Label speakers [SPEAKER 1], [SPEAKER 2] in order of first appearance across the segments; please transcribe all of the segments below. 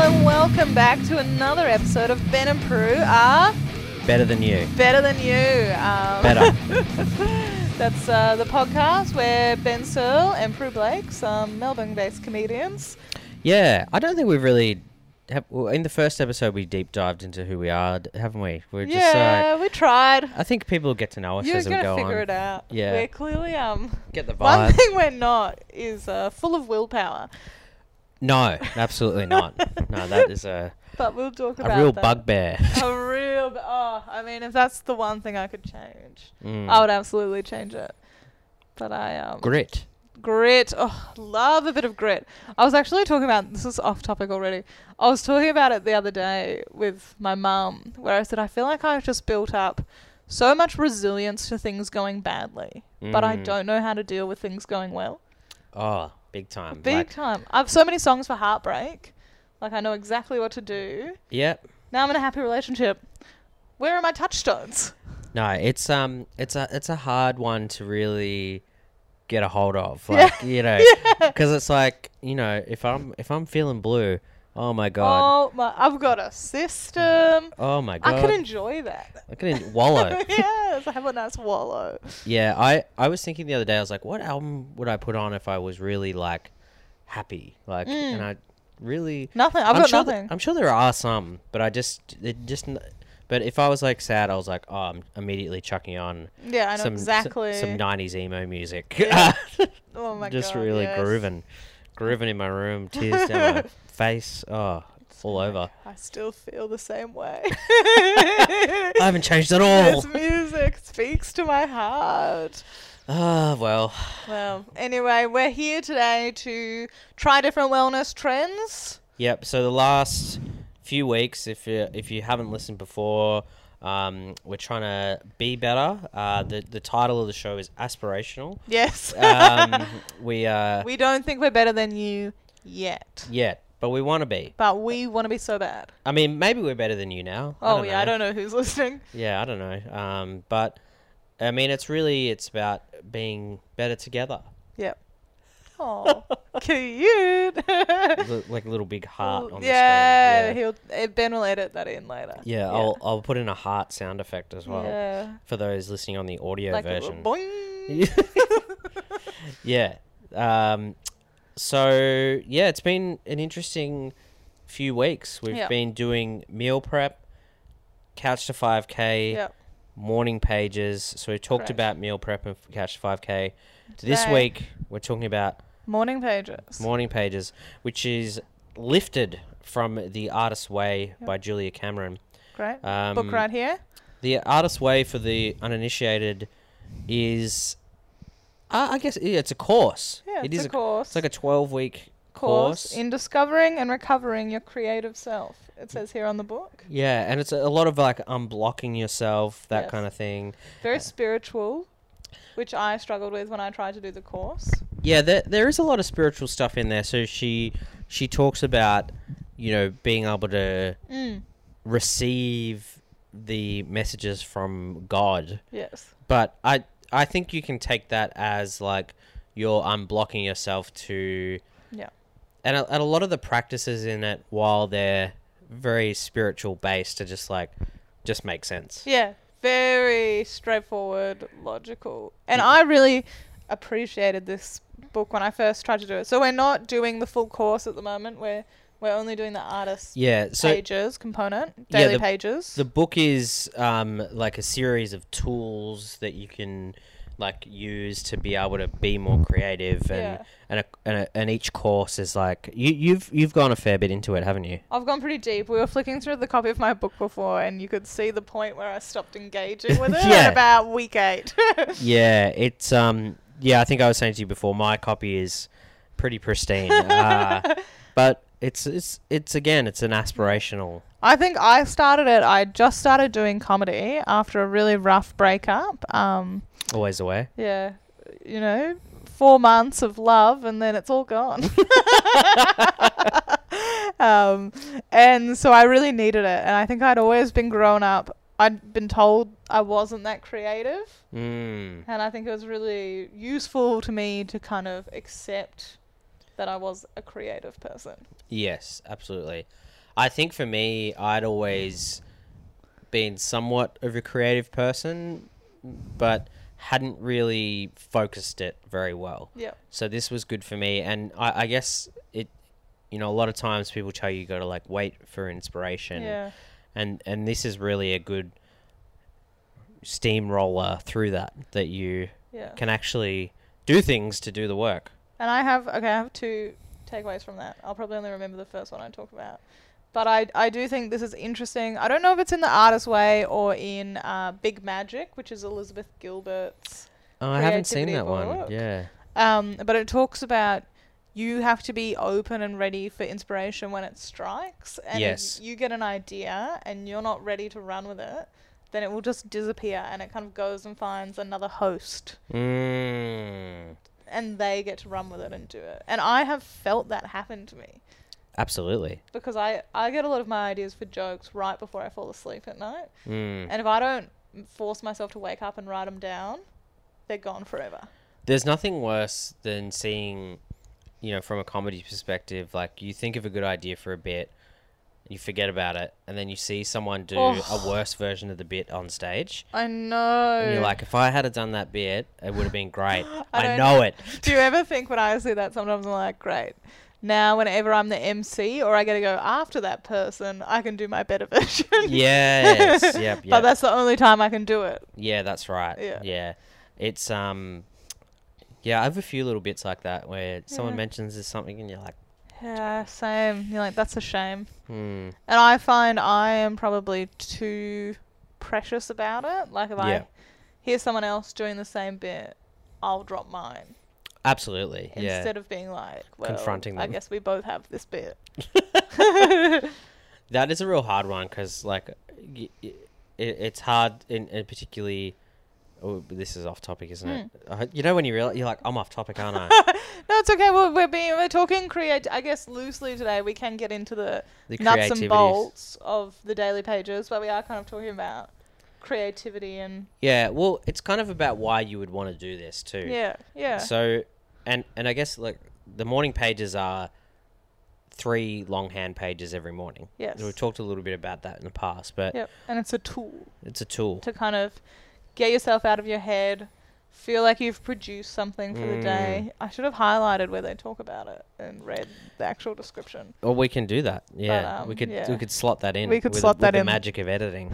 [SPEAKER 1] Welcome back to another episode of Ben and Prue are
[SPEAKER 2] Better than you.
[SPEAKER 1] better than you. Um,
[SPEAKER 2] Better.
[SPEAKER 1] That's uh, the podcast where Ben Searle and Prue Blake, some Melbourne-based comedians.
[SPEAKER 2] yeah, I don't think we've really. Have, well, in the first episode, we deep dived into who we are, d- haven't we? We're just
[SPEAKER 1] yeah,
[SPEAKER 2] like.
[SPEAKER 1] we tried.
[SPEAKER 2] I think people get to know us
[SPEAKER 1] You're
[SPEAKER 2] as we
[SPEAKER 1] gonna
[SPEAKER 2] go
[SPEAKER 1] figure
[SPEAKER 2] on.
[SPEAKER 1] it out.
[SPEAKER 2] Yeah.
[SPEAKER 1] we're clearly um.
[SPEAKER 2] Get the
[SPEAKER 1] One
[SPEAKER 2] vibe.
[SPEAKER 1] thing we're not is uh, full of willpower,
[SPEAKER 2] No, absolutely not. no, that is a,
[SPEAKER 1] but we'll talk about
[SPEAKER 2] a real
[SPEAKER 1] that.
[SPEAKER 2] bugbear.
[SPEAKER 1] A real. bu- Oh, I mean, if that's the one thing I could change,
[SPEAKER 2] Mm.
[SPEAKER 1] I would absolutely change it. But I um.
[SPEAKER 2] Grit.
[SPEAKER 1] Grit. Oh, love a bit of grit. I was actually talking about this is off topic already. I was talking about it the other day with my mum, where I said I feel like I've just built up so much resilience to things going badly, but I
[SPEAKER 2] Mm.
[SPEAKER 1] don't know how to deal with things going well.
[SPEAKER 2] Oh, big time.
[SPEAKER 1] Big
[SPEAKER 2] like,
[SPEAKER 1] time. I have so many songs for heartbreak. Like I know exactly what to do.
[SPEAKER 2] yeah.
[SPEAKER 1] Now I'm in a happy relationship. Where are my touchstones?
[SPEAKER 2] No, it's um, it's a it's a hard one to really get a hold of, like you know, because it's like you know, if I'm if I'm feeling blue, oh my god,
[SPEAKER 1] Oh my! I've got a system.
[SPEAKER 2] oh, my god,
[SPEAKER 1] I could enjoy that.
[SPEAKER 2] I couldn't wallow.
[SPEAKER 1] yes, I have a nice wallow.
[SPEAKER 2] yeah, I I was thinking the other day, I was like, what album would I put on if I was really like happy, like, and I really
[SPEAKER 1] Nothing. Hmm. I've
[SPEAKER 2] am
[SPEAKER 1] got
[SPEAKER 2] sure th-
[SPEAKER 1] nothing.
[SPEAKER 2] I'm sure there are some, but I just it just. n- But if I was like sad, I was like, oh, I'm immediately chucking on
[SPEAKER 1] yeah, I know
[SPEAKER 2] some s-
[SPEAKER 1] exactly.
[SPEAKER 2] some 90s emo music.
[SPEAKER 1] oh my
[SPEAKER 2] just
[SPEAKER 1] God,
[SPEAKER 2] really
[SPEAKER 1] yes.
[SPEAKER 2] grooving, grooving in my room, tears down my face, oh, all over.
[SPEAKER 1] I still feel the same way.
[SPEAKER 2] I haven't changed at all.
[SPEAKER 1] this music speaks to my heart.
[SPEAKER 2] Ah, well,
[SPEAKER 1] Well, anyway, we're here today to try different wellness trends.
[SPEAKER 2] yep. So the last few weeks, if you if you haven't listened before, um, we're trying to be better. Uh, the the title of the show is aspirational.
[SPEAKER 1] Yes.
[SPEAKER 2] Um, we uh,
[SPEAKER 1] we don't think we're better than you yet,
[SPEAKER 2] yeah, but we want to be.
[SPEAKER 1] but we want to be so bad.
[SPEAKER 2] I mean, maybe we're better than you now.
[SPEAKER 1] Oh yeah, I don't
[SPEAKER 2] know.
[SPEAKER 1] know who's listening.
[SPEAKER 2] Yeah, I don't know. Um, but I mean, it's really it's about being better together.
[SPEAKER 1] Yep. Oh, cute.
[SPEAKER 2] Li- like a little big heart on
[SPEAKER 1] yeah,
[SPEAKER 2] the screen.
[SPEAKER 1] he'll eh, Ben will edit that in later.
[SPEAKER 2] Yeah, yeah. I'll I'll put in a heart sound effect as well
[SPEAKER 1] yeah.
[SPEAKER 2] for those listening on the audio
[SPEAKER 1] like a little
[SPEAKER 2] version.
[SPEAKER 1] boing.
[SPEAKER 2] yeah. Um, so yeah, it's been an interesting few weeks. We've
[SPEAKER 1] Yeah.
[SPEAKER 2] been doing meal prep, couch to five k,
[SPEAKER 1] Yep.
[SPEAKER 2] morning pages. So we talked
[SPEAKER 1] Correct.
[SPEAKER 2] about meal prep and couch to five k. This
[SPEAKER 1] Today-
[SPEAKER 2] week we're talking about
[SPEAKER 1] Morning pages.
[SPEAKER 2] Morning Pages, which is lifted from The Artist's Way by Julia Cameron.
[SPEAKER 1] Great.
[SPEAKER 2] Um,
[SPEAKER 1] Book right here.
[SPEAKER 2] The Artist's Way for the uninitiated is, uh, I I guess, yeah, it's a course.
[SPEAKER 1] Yeah,
[SPEAKER 2] It
[SPEAKER 1] it's
[SPEAKER 2] is
[SPEAKER 1] a course.
[SPEAKER 2] It's like a 12 week
[SPEAKER 1] course
[SPEAKER 2] course.
[SPEAKER 1] in discovering and recovering your creative self. It says here on the book.
[SPEAKER 2] yeah, and it's a a lot of like unblocking yourself, that
[SPEAKER 1] Yes.
[SPEAKER 2] kind of thing.
[SPEAKER 1] Very spiritual, which I struggled with when I tried to do the course.
[SPEAKER 2] Yeah, there, there is a lot of spiritual stuff in there. So she she talks about, you know, being able to
[SPEAKER 1] Mm.
[SPEAKER 2] receive the messages from God.
[SPEAKER 1] Yes.
[SPEAKER 2] but I I think you can take that as like you're unblocking yourself to
[SPEAKER 1] Yeah.
[SPEAKER 2] and a, and a lot of the practices in it while they're very spiritual based are just like just make sense.
[SPEAKER 1] Yeah. Very straightforward, logical. And
[SPEAKER 2] Mm.
[SPEAKER 1] I really appreciated this book when I first tried to do it. So we're not doing the full course at the moment. We're we're only doing the artist
[SPEAKER 2] Yeah, so
[SPEAKER 1] pages component,
[SPEAKER 2] Yeah,
[SPEAKER 1] daily
[SPEAKER 2] the-
[SPEAKER 1] pages.
[SPEAKER 2] the book is um like a series of tools that you can like use to be able to be more creative and
[SPEAKER 1] Yeah.
[SPEAKER 2] and, a, and, a, and each course is like you you've you've gone a fair bit into it, haven't you?
[SPEAKER 1] I've gone pretty deep. We were flicking through the copy of my book before, and you could see the point where I stopped engaging with it
[SPEAKER 2] Yeah.
[SPEAKER 1] at about week eight.
[SPEAKER 2] Yeah, it's um yeah, I think I was saying to you before, my copy is pretty pristine. Uh, but it's it's it's again, it's an aspirational.
[SPEAKER 1] I think I started it. I just started doing comedy after a really rough breakup. Um,
[SPEAKER 2] Always the way.
[SPEAKER 1] yeah, you know, four months of love, and then it's all gone. um, and so I really needed it, and I think I'd always been grown up. I'd been told I wasn't that creative.
[SPEAKER 2] Mm.
[SPEAKER 1] And I think it was really useful to me to kind of accept that I was a creative person.
[SPEAKER 2] Yes, absolutely. I think for me, I'd always been somewhat of a creative person, but hadn't really focused it very well.
[SPEAKER 1] Yeah.
[SPEAKER 2] So this was good for me, and I, I guess it. You know, a lot of times people tell you you got to like wait for inspiration,
[SPEAKER 1] Yeah.
[SPEAKER 2] and and this is really a good steamroller through that that you
[SPEAKER 1] Yeah.
[SPEAKER 2] can actually do things to do the work.
[SPEAKER 1] And I have okay, I have two takeaways from that. I'll probably only remember the first one I talked about. But I, I do think this is interesting. I don't know if it's in the artist way or in uh, Big Magic, which is Elizabeth Gilbert's.
[SPEAKER 2] Oh, I haven't seen that
[SPEAKER 1] Creativity
[SPEAKER 2] one.
[SPEAKER 1] book.
[SPEAKER 2] Yeah.
[SPEAKER 1] Um, but it talks about you have to be open and ready for inspiration when it strikes. And
[SPEAKER 2] Yes.
[SPEAKER 1] if you get an idea and you're not ready to run with it, then it will just disappear and it kind of goes and finds another host.
[SPEAKER 2] Mm,
[SPEAKER 1] and they get to run with it and do it. And I have felt that happen to me
[SPEAKER 2] absolutely.
[SPEAKER 1] because I, I get a lot of my ideas for jokes right before I fall asleep at night.
[SPEAKER 2] Mm.
[SPEAKER 1] And if I don't force myself to wake up and write them down, they're gone forever.
[SPEAKER 2] There's nothing worse than seeing, you know, from a comedy perspective, like you think of a good idea for a bit, you forget about it, and then you see someone do
[SPEAKER 1] Oh.
[SPEAKER 2] a worse version of the bit on stage.
[SPEAKER 1] I know.
[SPEAKER 2] And you're like, if I had done that bit, it would have been great.
[SPEAKER 1] Mm.
[SPEAKER 2] I,
[SPEAKER 1] don't
[SPEAKER 2] know it.
[SPEAKER 1] do you ever think when I see that sometimes I'm like, great. Now, whenever I'm the MC or I get to go after that person, I can do my better version.
[SPEAKER 2] yes. Yep. yep.
[SPEAKER 1] But that's the only time I can do it.
[SPEAKER 2] Yeah, that's right.
[SPEAKER 1] Yeah.
[SPEAKER 2] Yeah. It's um yeah, I have a few little bits like that where someone
[SPEAKER 1] Yeah.
[SPEAKER 2] mentions there's something and you're like,
[SPEAKER 1] Yeah, same. You're like, that's a shame.
[SPEAKER 2] hmm.
[SPEAKER 1] And I find I am probably too precious about it. Like if
[SPEAKER 2] Yeah.
[SPEAKER 1] I hear someone else doing the same bit, I'll drop mine
[SPEAKER 2] Absolutely. Yeah.
[SPEAKER 1] instead of being like, well,
[SPEAKER 2] Confronting
[SPEAKER 1] I
[SPEAKER 2] them.
[SPEAKER 1] guess we both have this bit.
[SPEAKER 2] that is a real hard one because like y- y- it, it's hard in, in particularly oh, but this is off topic isn't it
[SPEAKER 1] Hmm.
[SPEAKER 2] Uh, you know when you realize you're like i'm off topic aren't i
[SPEAKER 1] No, it's okay. We're we're, being, we're talking create. I guess loosely today we can get into the,
[SPEAKER 2] the
[SPEAKER 1] nuts
[SPEAKER 2] creativity
[SPEAKER 1] and bolts of the daily pages, but we are kind of talking about creativity and
[SPEAKER 2] yeah well it's kind of about why you would want to do this too
[SPEAKER 1] yeah, yeah,
[SPEAKER 2] so and and i guess like the morning pages are three longhand pages every morning
[SPEAKER 1] yes,
[SPEAKER 2] And we've talked a little bit about that in the past but
[SPEAKER 1] yep. And it's a tool.
[SPEAKER 2] it's a tool
[SPEAKER 1] to kind of get yourself out of your head, feel like you've produced something for the
[SPEAKER 2] Mm.
[SPEAKER 1] day. I should have highlighted where they talk about it and read the actual description.
[SPEAKER 2] or we can do that yeah we
[SPEAKER 1] um,
[SPEAKER 2] could
[SPEAKER 1] yeah.
[SPEAKER 2] we could slot that in
[SPEAKER 1] We could
[SPEAKER 2] with-
[SPEAKER 1] slot
[SPEAKER 2] with
[SPEAKER 1] that
[SPEAKER 2] the
[SPEAKER 1] in.
[SPEAKER 2] magic of editing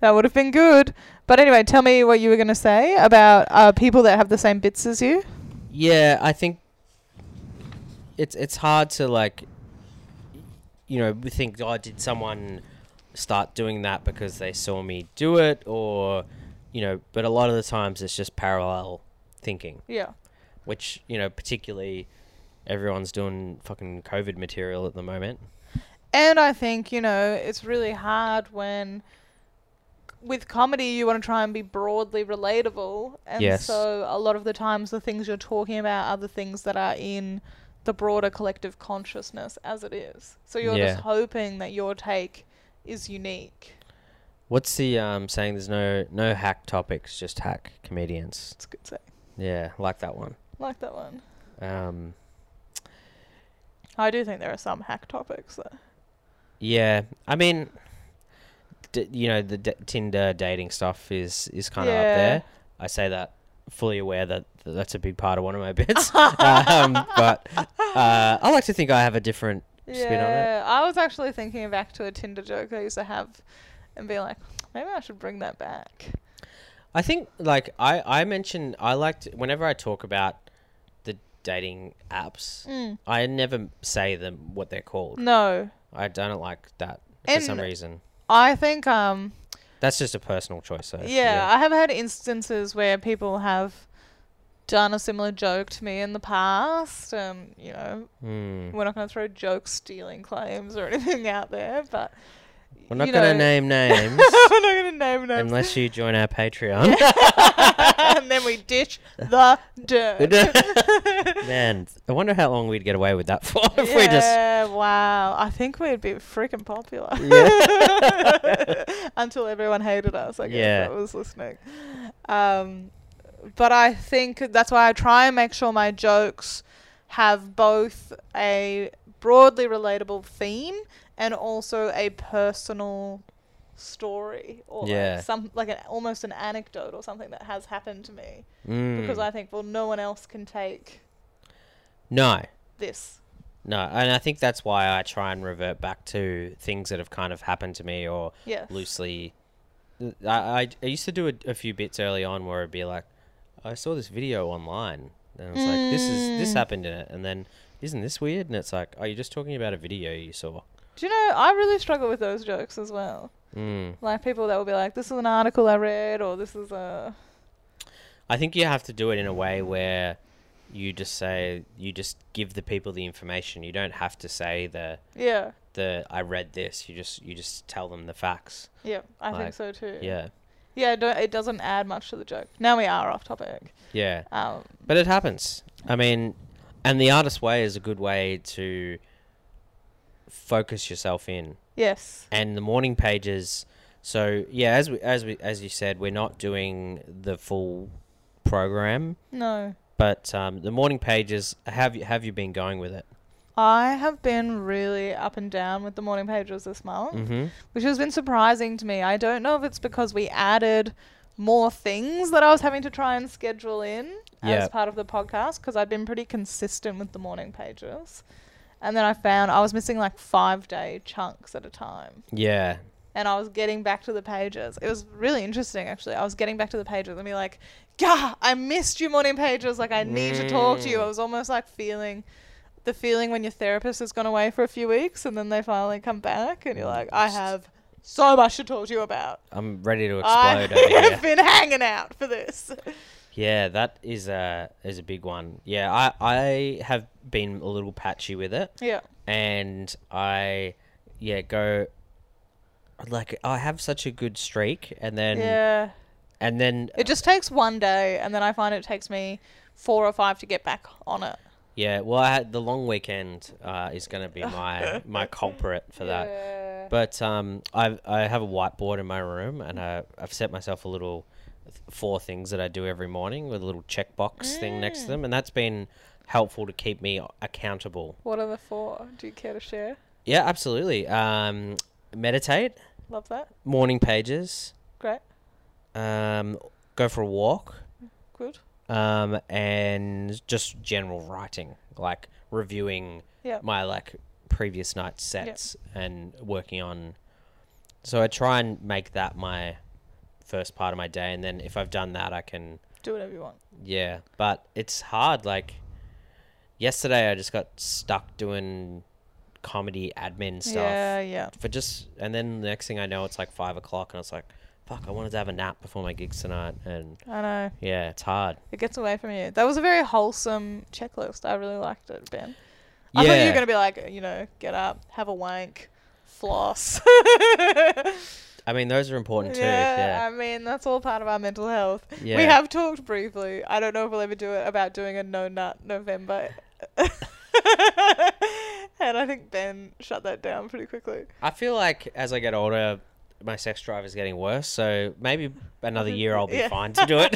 [SPEAKER 1] That would have been good. But anyway, tell me what you were going to say about uh, people that have the same bits as you.
[SPEAKER 2] Yeah, I think it's it's hard to like you know, we think oh did someone start doing that because they saw me do it or you know, but a lot of the times it's just parallel thinking,
[SPEAKER 1] Yeah.
[SPEAKER 2] which, you know, particularly everyone's doing fucking covid material at the moment.
[SPEAKER 1] And I think, you know, it's really hard when with comedy you want to try and be broadly relatable. And
[SPEAKER 2] Yes.
[SPEAKER 1] so a lot of the times the things you're talking about are the things that are in the broader collective consciousness as it is. So you're
[SPEAKER 2] Yeah.
[SPEAKER 1] just hoping that your take is unique.
[SPEAKER 2] What's the um saying there's no no hack topics, just hack comedians.
[SPEAKER 1] It's a good say.
[SPEAKER 2] Yeah, like that one.
[SPEAKER 1] Like that one.
[SPEAKER 2] Um
[SPEAKER 1] I do think there are some hack topics though.
[SPEAKER 2] Yeah, I mean, d- you know, the d- Tinder dating stuff is is kind of
[SPEAKER 1] Yeah.
[SPEAKER 2] up there. I say that fully aware that that that's a big part of one of my bits. um, but uh, I like to think I have a different. Spin on it.
[SPEAKER 1] Yeah. I was actually thinking back to a Tinder joke I used to have and be like, maybe I should bring that back.
[SPEAKER 2] I think like I I mentioned I liked whenever I talk about the dating apps,
[SPEAKER 1] Mm.
[SPEAKER 2] I never say them what they're called.
[SPEAKER 1] No.
[SPEAKER 2] I don't like that for some
[SPEAKER 1] And-
[SPEAKER 2] reason.
[SPEAKER 1] I think um
[SPEAKER 2] That's just a personal choice, though.
[SPEAKER 1] yeah, I have had instances where people have done a similar joke to me in the past and you know,
[SPEAKER 2] Hmm.
[SPEAKER 1] we're not going to throw joke stealing claims or anything out there, but
[SPEAKER 2] We're not
[SPEAKER 1] you
[SPEAKER 2] gonna
[SPEAKER 1] know-
[SPEAKER 2] name names.
[SPEAKER 1] we're not going to name names.
[SPEAKER 2] Unless you join our Patreon.
[SPEAKER 1] and then we ditch the dirt.
[SPEAKER 2] Man, I wonder how long we'd get away with that for if we just.
[SPEAKER 1] Yeah, wow. I think we'd be freaking popular. Until everyone hated us, I guess,
[SPEAKER 2] Yeah.
[SPEAKER 1] that was listening. Um, but I think that's why I try and make sure my jokes have both a broadly relatable theme and also a personal story or
[SPEAKER 2] Yeah.
[SPEAKER 1] like some like an almost an anecdote or something that has happened to me
[SPEAKER 2] Mm.
[SPEAKER 1] because I think well no one else can take
[SPEAKER 2] no,
[SPEAKER 1] this.
[SPEAKER 2] no, and I think that's why I try and revert back to things that have kind of happened to me or
[SPEAKER 1] Yeah.
[SPEAKER 2] loosely. I, I, I used to do a, a few bits early on where it'd be like, I saw this video online, and it's like, this is this
[SPEAKER 1] Mm.
[SPEAKER 2] happened in it, and then isn't this weird? And it's like, oh, you're just talking about a video you saw.
[SPEAKER 1] Do you know I really struggle with those jokes as well.
[SPEAKER 2] Mm.
[SPEAKER 1] Like people that will be like this is an article I read or this is a
[SPEAKER 2] I think you have to do it in a way where you just say you just give the people the information. You don't have to say the
[SPEAKER 1] yeah.
[SPEAKER 2] the I read this. You just you just tell them the facts.
[SPEAKER 1] Yeah, I
[SPEAKER 2] Like,
[SPEAKER 1] think so too.
[SPEAKER 2] Yeah.
[SPEAKER 1] Yeah, it don't, it doesn't add much to the joke. Now we are off topic.
[SPEAKER 2] Yeah.
[SPEAKER 1] Um,
[SPEAKER 2] But it happens. I mean, and the artist way is a good way to focus yourself in.
[SPEAKER 1] yes.
[SPEAKER 2] And the morning pages. So yeah, as we as we as you said, we're not doing the full program,
[SPEAKER 1] No.
[SPEAKER 2] but um, the morning pages. Have you have you been going with it?
[SPEAKER 1] I have been really up and down with the morning pages this month,
[SPEAKER 2] Mm-hmm.
[SPEAKER 1] which has been surprising to me. I don't know if it's because we added more things that I was having to try and schedule in
[SPEAKER 2] Yeah.
[SPEAKER 1] as part of the podcast because I've been pretty consistent with the morning pages. And then I found I was missing like five day chunks at a time.
[SPEAKER 2] Yeah.
[SPEAKER 1] and I was getting back to the pages. It was really interesting, actually. I was getting back to the pages and be like, "Gah, I missed you, morning pages. Like, I need to talk to you."
[SPEAKER 2] Mm.
[SPEAKER 1] I was almost like feeling the feeling when your therapist has gone away for a few weeks and then they finally come back and you're like, "I have so much to talk to you about.
[SPEAKER 2] I'm ready to
[SPEAKER 1] I
[SPEAKER 2] explode over here.
[SPEAKER 1] have been hanging out for this."
[SPEAKER 2] Yeah, that is a is a big one. Yeah, I I have been a little patchy with it,
[SPEAKER 1] Yeah,
[SPEAKER 2] and I yeah go like I have such a good streak, and then
[SPEAKER 1] yeah.
[SPEAKER 2] and then
[SPEAKER 1] It just takes one day, and then I find it takes me four or five to get back on it.
[SPEAKER 2] yeah. Well, I had the long weekend uh, is going to be my my culprit for that.
[SPEAKER 1] Yeah.
[SPEAKER 2] But um, I I have a whiteboard in my room, and I, I've set myself a little th- four things that I do every morning with a little checkbox thing next to them, and that's been helpful to keep me accountable.
[SPEAKER 1] What are the four? Do you care to share?
[SPEAKER 2] Yeah, absolutely. Um, meditate,
[SPEAKER 1] Love that.
[SPEAKER 2] morning pages,
[SPEAKER 1] Great.
[SPEAKER 2] um, go for a walk,
[SPEAKER 1] Good.
[SPEAKER 2] um, and just general writing, like reviewing
[SPEAKER 1] Yeah.
[SPEAKER 2] my like previous night's sets and working on. So I try and make that my first part of my day, and then if I've done that, I can
[SPEAKER 1] Do whatever you want.
[SPEAKER 2] yeah. But it's hard. Like yesterday, I just got stuck doing comedy admin stuff.
[SPEAKER 1] Yeah, yeah.
[SPEAKER 2] for just and then the next thing I know it's like five o'clock and it's like fuck I wanted to have a nap before my gigs tonight and
[SPEAKER 1] I know.
[SPEAKER 2] yeah it's hard
[SPEAKER 1] It gets away from you. That was a very wholesome checklist. I really liked it, Ben. I thought you were
[SPEAKER 2] Yeah.
[SPEAKER 1] going to be like, you know, get up, have a wank, floss.
[SPEAKER 2] I mean those are important too
[SPEAKER 1] yeah,
[SPEAKER 2] yeah
[SPEAKER 1] I mean, that's all part of our mental health.
[SPEAKER 2] yeah
[SPEAKER 1] We have talked briefly. I don't know if we'll ever do it about doing a no nut November. and I think Ben shut that down pretty quickly.
[SPEAKER 2] I feel like as I get older my sex drive is getting worse so maybe another year I'll be
[SPEAKER 1] Yeah.
[SPEAKER 2] fine to do it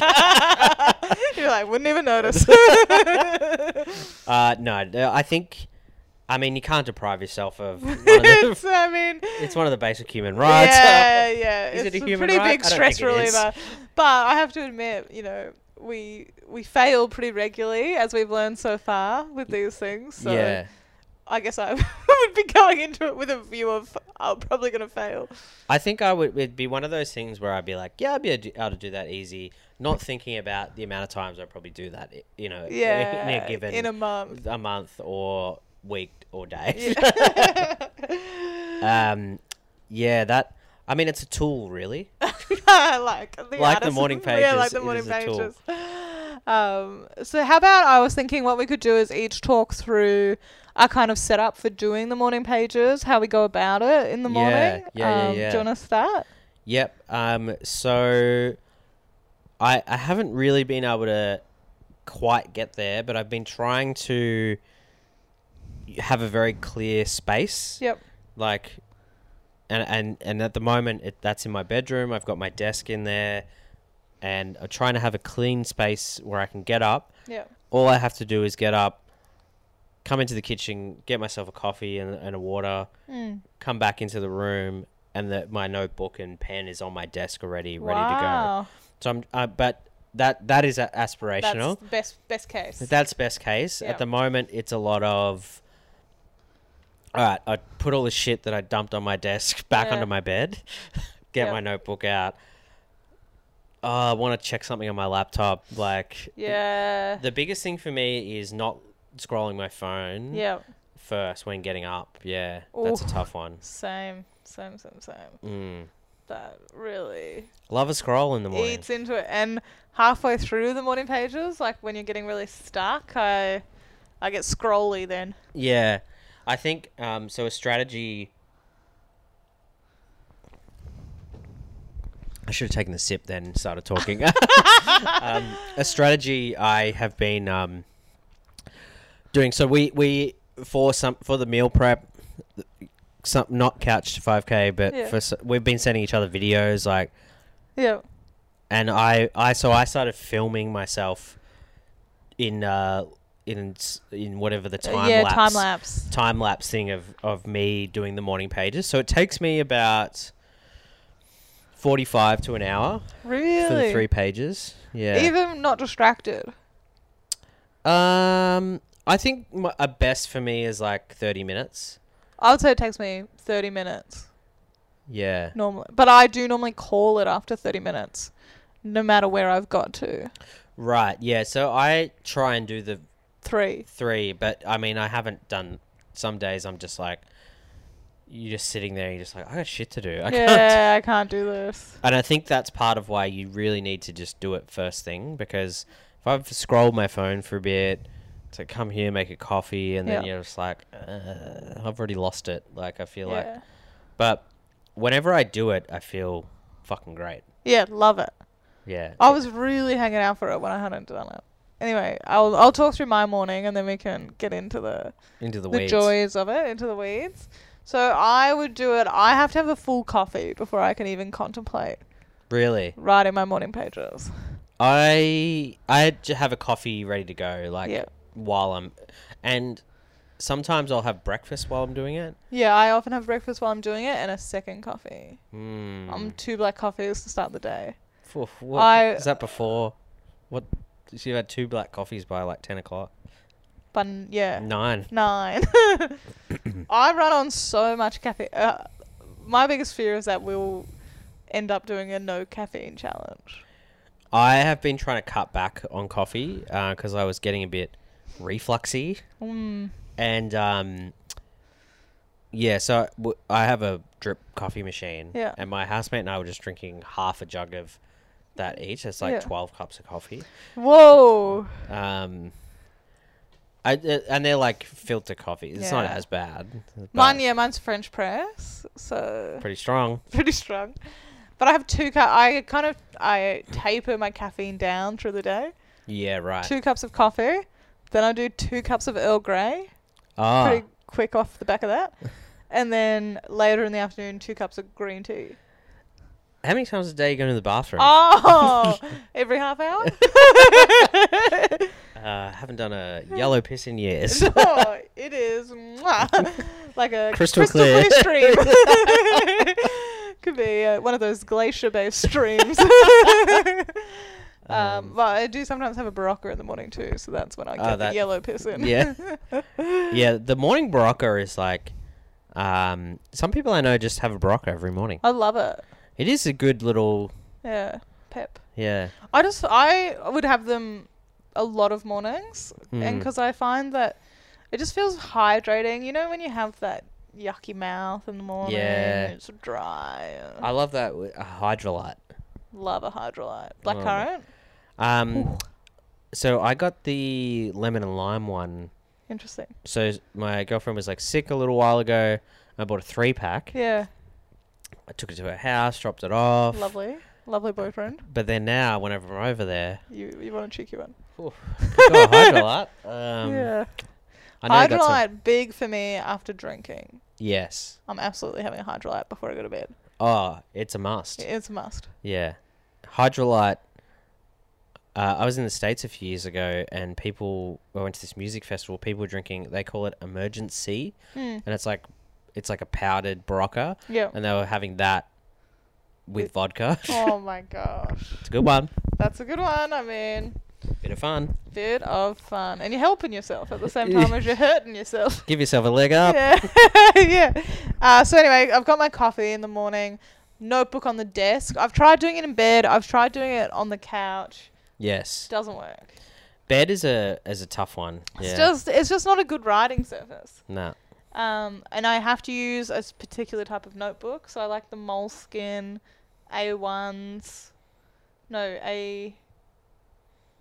[SPEAKER 1] You're like, wouldn't even notice.
[SPEAKER 2] uh no th- I think I mean you can't deprive yourself of one of the,
[SPEAKER 1] it's, I mean,
[SPEAKER 2] it's one of the basic human rights
[SPEAKER 1] Yeah, yeah.
[SPEAKER 2] Is it
[SPEAKER 1] it's
[SPEAKER 2] a
[SPEAKER 1] a,
[SPEAKER 2] human
[SPEAKER 1] pretty big
[SPEAKER 2] right? I don't
[SPEAKER 1] stress
[SPEAKER 2] think it is.
[SPEAKER 1] reliever. But I have to admit, you know, we we fail pretty regularly as we've learned so far with these things. So
[SPEAKER 2] yeah
[SPEAKER 1] I guess I would be going into it with a view of I'm probably going to fail.
[SPEAKER 2] I think I would. It'd be one of those things where I'd be like, "Yeah, I'd be ad- able to do that easy," not thinking about the amount of times I probably do that. i- You know,
[SPEAKER 1] Yeah.
[SPEAKER 2] in a given
[SPEAKER 1] in a month.
[SPEAKER 2] a month or week or day.
[SPEAKER 1] Yeah.
[SPEAKER 2] um, yeah, that. I mean, it's a tool, really.
[SPEAKER 1] I like the
[SPEAKER 2] Like the morning
[SPEAKER 1] artists. Yeah, like
[SPEAKER 2] pages,
[SPEAKER 1] the
[SPEAKER 2] it
[SPEAKER 1] morning
[SPEAKER 2] is a tool.
[SPEAKER 1] pages. Um, so how about I was thinking what we could do is each talk through our kind of setup for doing the morning pages, how we go about it in the
[SPEAKER 2] Yeah,
[SPEAKER 1] morning.
[SPEAKER 2] yeah, yeah,
[SPEAKER 1] um,
[SPEAKER 2] yeah.
[SPEAKER 1] Do you want to start?
[SPEAKER 2] Yep. Um. So, I I haven't really been able to quite get there, but I've been trying to have a very clear space.
[SPEAKER 1] Yep.
[SPEAKER 2] like and and and at the moment it, that's in my bedroom i've got my desk in there and i'm trying to have a clean space where i can get up
[SPEAKER 1] Yep.
[SPEAKER 2] all i have to do is get up come into the kitchen, get myself a coffee and, and a water,
[SPEAKER 1] Mm.
[SPEAKER 2] come back into the room, and that my notebook and pen is on my desk already, ready to go.
[SPEAKER 1] wow.
[SPEAKER 2] So I'm, uh, but that that is a-
[SPEAKER 1] That's
[SPEAKER 2] aspirational.
[SPEAKER 1] the best best case.
[SPEAKER 2] That's, best case.
[SPEAKER 1] Yeah.
[SPEAKER 2] At the moment, it's a lot of. All right, I put all the shit that I dumped on my desk back
[SPEAKER 1] Yeah.
[SPEAKER 2] onto my bed, get
[SPEAKER 1] Yeah.
[SPEAKER 2] my notebook out. Oh, I want to check something on my laptop. Like,
[SPEAKER 1] yeah.
[SPEAKER 2] the biggest thing for me is not scrolling my phone
[SPEAKER 1] yeah.
[SPEAKER 2] first when getting up. Yeah, that's a
[SPEAKER 1] Oof.
[SPEAKER 2] tough one.
[SPEAKER 1] Same. Same. Same. Same.
[SPEAKER 2] Mm.
[SPEAKER 1] That really
[SPEAKER 2] Love a scroll in the morning.
[SPEAKER 1] eats into it. And halfway through the morning pages, like when you're getting really stuck, I I get scrolly then.
[SPEAKER 2] Yeah, I think um, so. A strategy. I should have taken a sip then and started talking. um, a strategy I have been um, doing. So we we for some for the meal prep, some not couch to five k, but
[SPEAKER 1] Yeah.
[SPEAKER 2] for s- we've been sending each other videos like,
[SPEAKER 1] Yeah.
[SPEAKER 2] and I I so I started filming myself in uh in s- in whatever the time
[SPEAKER 1] Uh, yeah.
[SPEAKER 2] lapse
[SPEAKER 1] Time lapse.
[SPEAKER 2] time lapse thing of, of me doing the morning pages. So it takes me about 45 to an hour
[SPEAKER 1] Really.
[SPEAKER 2] for the three pages. Yeah.
[SPEAKER 1] Even not distracted.
[SPEAKER 2] um, I think my, a best for me is like 30 minutes.
[SPEAKER 1] I would say it takes me 30 minutes
[SPEAKER 2] Yeah.
[SPEAKER 1] normally, but I do normally call it after 30 minutes, no matter where I've got to.
[SPEAKER 2] Right. Yeah. So I try and do the
[SPEAKER 1] Three.
[SPEAKER 2] three, but I mean, I haven't done. Some days I'm just like, you're just sitting there and you're just like, I got shit to do. I can't.
[SPEAKER 1] yeah, I can't do this.
[SPEAKER 2] And I think that's part of why you really need to just do it first thing because if I've scrolled my phone for a bit to come here, make a coffee, and then
[SPEAKER 1] Yeah.
[SPEAKER 2] you're just like, uh, I've already lost it. Like, I feel like.
[SPEAKER 1] Yeah.
[SPEAKER 2] But whenever I do it, I feel fucking great.
[SPEAKER 1] yeah, love it.
[SPEAKER 2] Yeah.
[SPEAKER 1] I was really hanging out for it when I hadn't done it. Anyway, I'll I'll talk through my morning and then we can get into the
[SPEAKER 2] Into the,
[SPEAKER 1] the,
[SPEAKER 2] weeds.
[SPEAKER 1] joys of it, into the weeds. So I would do it. I have to have a full coffee before I can even contemplate
[SPEAKER 2] Really.
[SPEAKER 1] writing my morning pages.
[SPEAKER 2] I I j- have a coffee ready to go, like,
[SPEAKER 1] Yeah.
[SPEAKER 2] while I'm. And sometimes I'll have breakfast while I'm doing it.
[SPEAKER 1] Yeah, I often have breakfast while I'm doing it and a second coffee.
[SPEAKER 2] Mm.
[SPEAKER 1] Um, two black coffees to start the day.
[SPEAKER 2] For what is
[SPEAKER 1] I-
[SPEAKER 2] that before? What? So you had two black coffees by like ten o'clock.
[SPEAKER 1] But n- yeah,
[SPEAKER 2] Nine.
[SPEAKER 1] nine. I run on so much caffeine. Uh, my biggest fear is that we'll end up doing a no caffeine challenge.
[SPEAKER 2] I have been trying to cut back on coffee because I was getting a bit refluxy,
[SPEAKER 1] Mm.
[SPEAKER 2] and um, yeah. So w- I have a drip coffee machine,
[SPEAKER 1] Yeah.
[SPEAKER 2] and my housemate and I were just drinking half a jug of that each. It's like
[SPEAKER 1] Yeah.
[SPEAKER 2] twelve cups of coffee.
[SPEAKER 1] Whoa.
[SPEAKER 2] Um, I, uh, and they're like filter coffee. It's not
[SPEAKER 1] Yeah.
[SPEAKER 2] as bad.
[SPEAKER 1] Mine,
[SPEAKER 2] but
[SPEAKER 1] yeah, mine's French press, so
[SPEAKER 2] Pretty strong.
[SPEAKER 1] pretty strong. But I have two cups. I kind of I taper my caffeine down through the day.
[SPEAKER 2] Yeah. Right.
[SPEAKER 1] Two cups of coffee, then I do two cups of Earl Grey.
[SPEAKER 2] Ah.
[SPEAKER 1] Pretty quick off the back of that, and then later in the afternoon, two cups of green tea.
[SPEAKER 2] How many times a day you go to the bathroom?
[SPEAKER 1] Oh, every half hour.
[SPEAKER 2] Uh, haven't done a yellow piss in years.
[SPEAKER 1] No, Oh, it is mwah, like a
[SPEAKER 2] Crystal
[SPEAKER 1] crystal,
[SPEAKER 2] clear.
[SPEAKER 1] clear. stream. Could be uh, one of those glacier-based streams. um,
[SPEAKER 2] Um,
[SPEAKER 1] but I do sometimes have a barocca in the morning too, so that's when I
[SPEAKER 2] Oh,
[SPEAKER 1] get
[SPEAKER 2] that-
[SPEAKER 1] the yellow piss in.
[SPEAKER 2] yeah, yeah. The morning Barocca is like, um, some people I know just have a Barocca every morning.
[SPEAKER 1] I love it.
[SPEAKER 2] It is a good little,
[SPEAKER 1] Yeah, pep.
[SPEAKER 2] yeah.
[SPEAKER 1] I just I would have them a lot of mornings.
[SPEAKER 2] Hmm.
[SPEAKER 1] And 'cause I find that it just feels hydrating. You know when you have that yucky mouth in the morning,
[SPEAKER 2] Yeah.
[SPEAKER 1] it's dry.
[SPEAKER 2] I love that w- uh, hydrolyte.
[SPEAKER 1] love a hydrolyte,
[SPEAKER 2] Love it.
[SPEAKER 1] blackcurrant.
[SPEAKER 2] Um, so I got the lemon and lime one.
[SPEAKER 1] Interesting.
[SPEAKER 2] So s- my girlfriend was like sick a little while ago. I bought a three pack.
[SPEAKER 1] Yeah,
[SPEAKER 2] I took it to her house, dropped it off.
[SPEAKER 1] lovely, lovely boyfriend.
[SPEAKER 2] But then now, whenever I'm over there,
[SPEAKER 1] You you want a cheeky one?
[SPEAKER 2] oh, hydrolyte. Um,
[SPEAKER 1] yeah.
[SPEAKER 2] I know I got some-
[SPEAKER 1] hydrolyte big for me after drinking.
[SPEAKER 2] Yes.
[SPEAKER 1] I'm absolutely having a hydrolyte before I go to bed.
[SPEAKER 2] Oh, it's a must.
[SPEAKER 1] It's a must.
[SPEAKER 2] Yeah. Hydrolite Uh, I was in the States a few years ago and people, I went to this music festival, people were drinking, they call it emergency.
[SPEAKER 1] Mm.
[SPEAKER 2] And it's like, it's like a powdered Barocca.
[SPEAKER 1] Yeah.
[SPEAKER 2] And they were having that with
[SPEAKER 1] With-
[SPEAKER 2] vodka.
[SPEAKER 1] oh my gosh.
[SPEAKER 2] it's a good one.
[SPEAKER 1] That's a good one. I mean,
[SPEAKER 2] Bit of fun.
[SPEAKER 1] bit of fun. And you're helping yourself at the same time as you're hurting yourself.
[SPEAKER 2] Give yourself a leg up.
[SPEAKER 1] Yeah. yeah. Uh, so anyway, I've got my coffee in the morning, notebook on the desk. I've tried doing it in bed. I've tried doing it on the couch.
[SPEAKER 2] Yes.
[SPEAKER 1] Doesn't work.
[SPEAKER 2] Bed is a is a tough one. Yeah.
[SPEAKER 1] It's just it's just not a good writing surface.
[SPEAKER 2] nah.
[SPEAKER 1] Um, and I have to use a s- particular type of notebook. So I like the Moleskin A1s. No, A.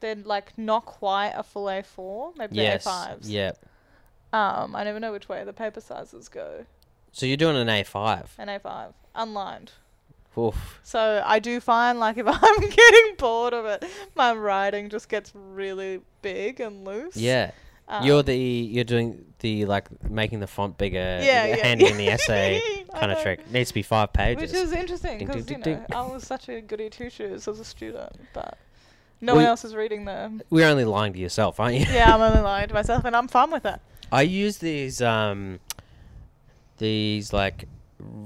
[SPEAKER 1] They're like not quite a full A4, maybe they're
[SPEAKER 2] Yes.
[SPEAKER 1] A5s.
[SPEAKER 2] Yeah.
[SPEAKER 1] Um, I never know which way the paper sizes go.
[SPEAKER 2] So you're doing an A5.
[SPEAKER 1] An A5, unlined.
[SPEAKER 2] Oof.
[SPEAKER 1] So I do find like if I'm getting bored of it, my writing just gets really big and loose.
[SPEAKER 2] Yeah.
[SPEAKER 1] Um,
[SPEAKER 2] you're the you're doing the like making the font bigger,
[SPEAKER 1] Yeah, yeah.
[SPEAKER 2] handing in the essay
[SPEAKER 1] I
[SPEAKER 2] kind of
[SPEAKER 1] know.
[SPEAKER 2] trick. Needs to be five pages.
[SPEAKER 1] which is interesting
[SPEAKER 2] Ding,
[SPEAKER 1] because you
[SPEAKER 2] ding,
[SPEAKER 1] know
[SPEAKER 2] ding, ding.
[SPEAKER 1] I was such a goody two shoes as a student, but no
[SPEAKER 2] Well,
[SPEAKER 1] one
[SPEAKER 2] you-
[SPEAKER 1] else is reading them.
[SPEAKER 2] We're only lying to yourself, aren't you?
[SPEAKER 1] yeah, I'm only lying to myself, and I'm fine with that.
[SPEAKER 2] I use these um these like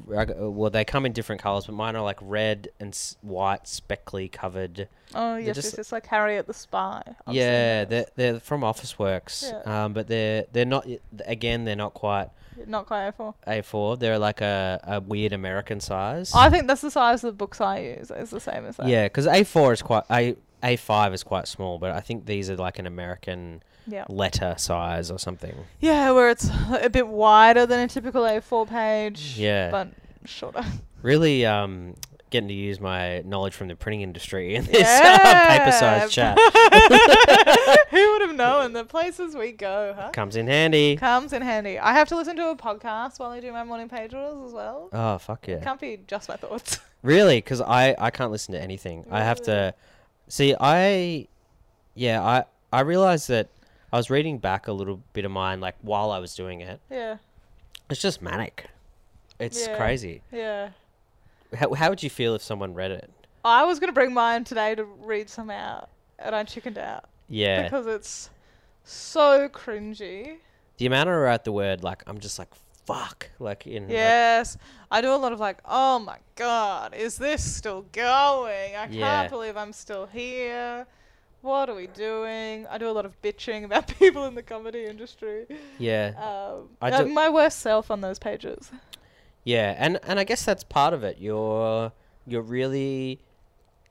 [SPEAKER 2] r- I g- well they come in different colors, but mine are like red and s- white speckly covered.
[SPEAKER 1] Oh yes,
[SPEAKER 2] just-
[SPEAKER 1] it's just like Harriet the Spy. I've seen
[SPEAKER 2] yeah,
[SPEAKER 1] those.
[SPEAKER 2] they're they're from Office Works.
[SPEAKER 1] Yeah.
[SPEAKER 2] Um but they're they're not again, they're not quite
[SPEAKER 1] not quite A4.
[SPEAKER 2] A4. They're like a, a weird American size.
[SPEAKER 1] I think that's the size of the books I use. It's the same as that.
[SPEAKER 2] Yeah, because A4 is quite A A5 is quite small, but I think these are like an American
[SPEAKER 1] Yeah.
[SPEAKER 2] letter size or something.
[SPEAKER 1] Yeah, where it's a bit wider than a typical A4 page.
[SPEAKER 2] Yeah.
[SPEAKER 1] But shorter.
[SPEAKER 2] Really, um, getting to use my knowledge from the printing industry in this uh, paper
[SPEAKER 1] Yeah.
[SPEAKER 2] size chat
[SPEAKER 1] Who would have known the places we go, huh?
[SPEAKER 2] comes in handy.
[SPEAKER 1] Comes in handy. I have to listen to a podcast while I do my morning page orders as well.
[SPEAKER 2] Oh fuck yeah!
[SPEAKER 1] Can't be just my thoughts.
[SPEAKER 2] Really, because I I can't listen to anything. I have
[SPEAKER 1] Mm.
[SPEAKER 2] to see. I yeah I I realized that I was reading back a little bit of mine like while I was doing it.
[SPEAKER 1] yeah,
[SPEAKER 2] It's just manic. It's
[SPEAKER 1] Yeah.
[SPEAKER 2] crazy.
[SPEAKER 1] yeah.
[SPEAKER 2] How how would you feel if someone read it?
[SPEAKER 1] I was gonna bring mine today to read some out, and I chickened out
[SPEAKER 2] Yeah.
[SPEAKER 1] because it's so cringy.
[SPEAKER 2] The amount I write the word, like, I'm just like, fuck. Like, in. like-
[SPEAKER 1] Yes, I do a lot of like, oh my god, is this still going? I
[SPEAKER 2] Yeah.
[SPEAKER 1] can't believe I'm still here. What are we doing? I do a lot of bitching about people in the comedy industry.
[SPEAKER 2] yeah.
[SPEAKER 1] Um,
[SPEAKER 2] I
[SPEAKER 1] uh,
[SPEAKER 2] do-
[SPEAKER 1] my worst self on those pages.
[SPEAKER 2] Yeah. And, and I guess that's part of it. You're, you're really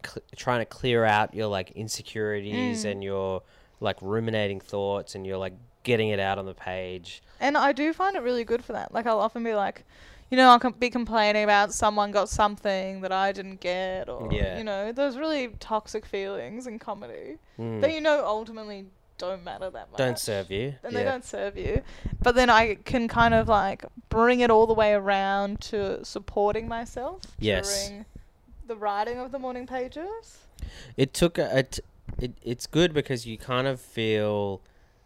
[SPEAKER 2] cl- trying to clear out your, like, insecurities
[SPEAKER 1] Mm.
[SPEAKER 2] and your, like, ruminating thoughts and you're, like, getting it out on the page.
[SPEAKER 1] And I do find it really good for that. Like, I'll often be like, you know, I'll com- be complaining about someone got something that I didn't get, or,
[SPEAKER 2] Yeah.
[SPEAKER 1] you know, those really toxic feelings in comedy
[SPEAKER 2] Mm.
[SPEAKER 1] that you know ultimately don't matter that much.
[SPEAKER 2] don't serve you.
[SPEAKER 1] and
[SPEAKER 2] yeah.
[SPEAKER 1] they don't serve you. But then I can kind of like bring it all the way around to supporting myself
[SPEAKER 2] Yes.
[SPEAKER 1] during the writing of the morning pages.
[SPEAKER 2] It took a. a t- it, it's good because you kind of feel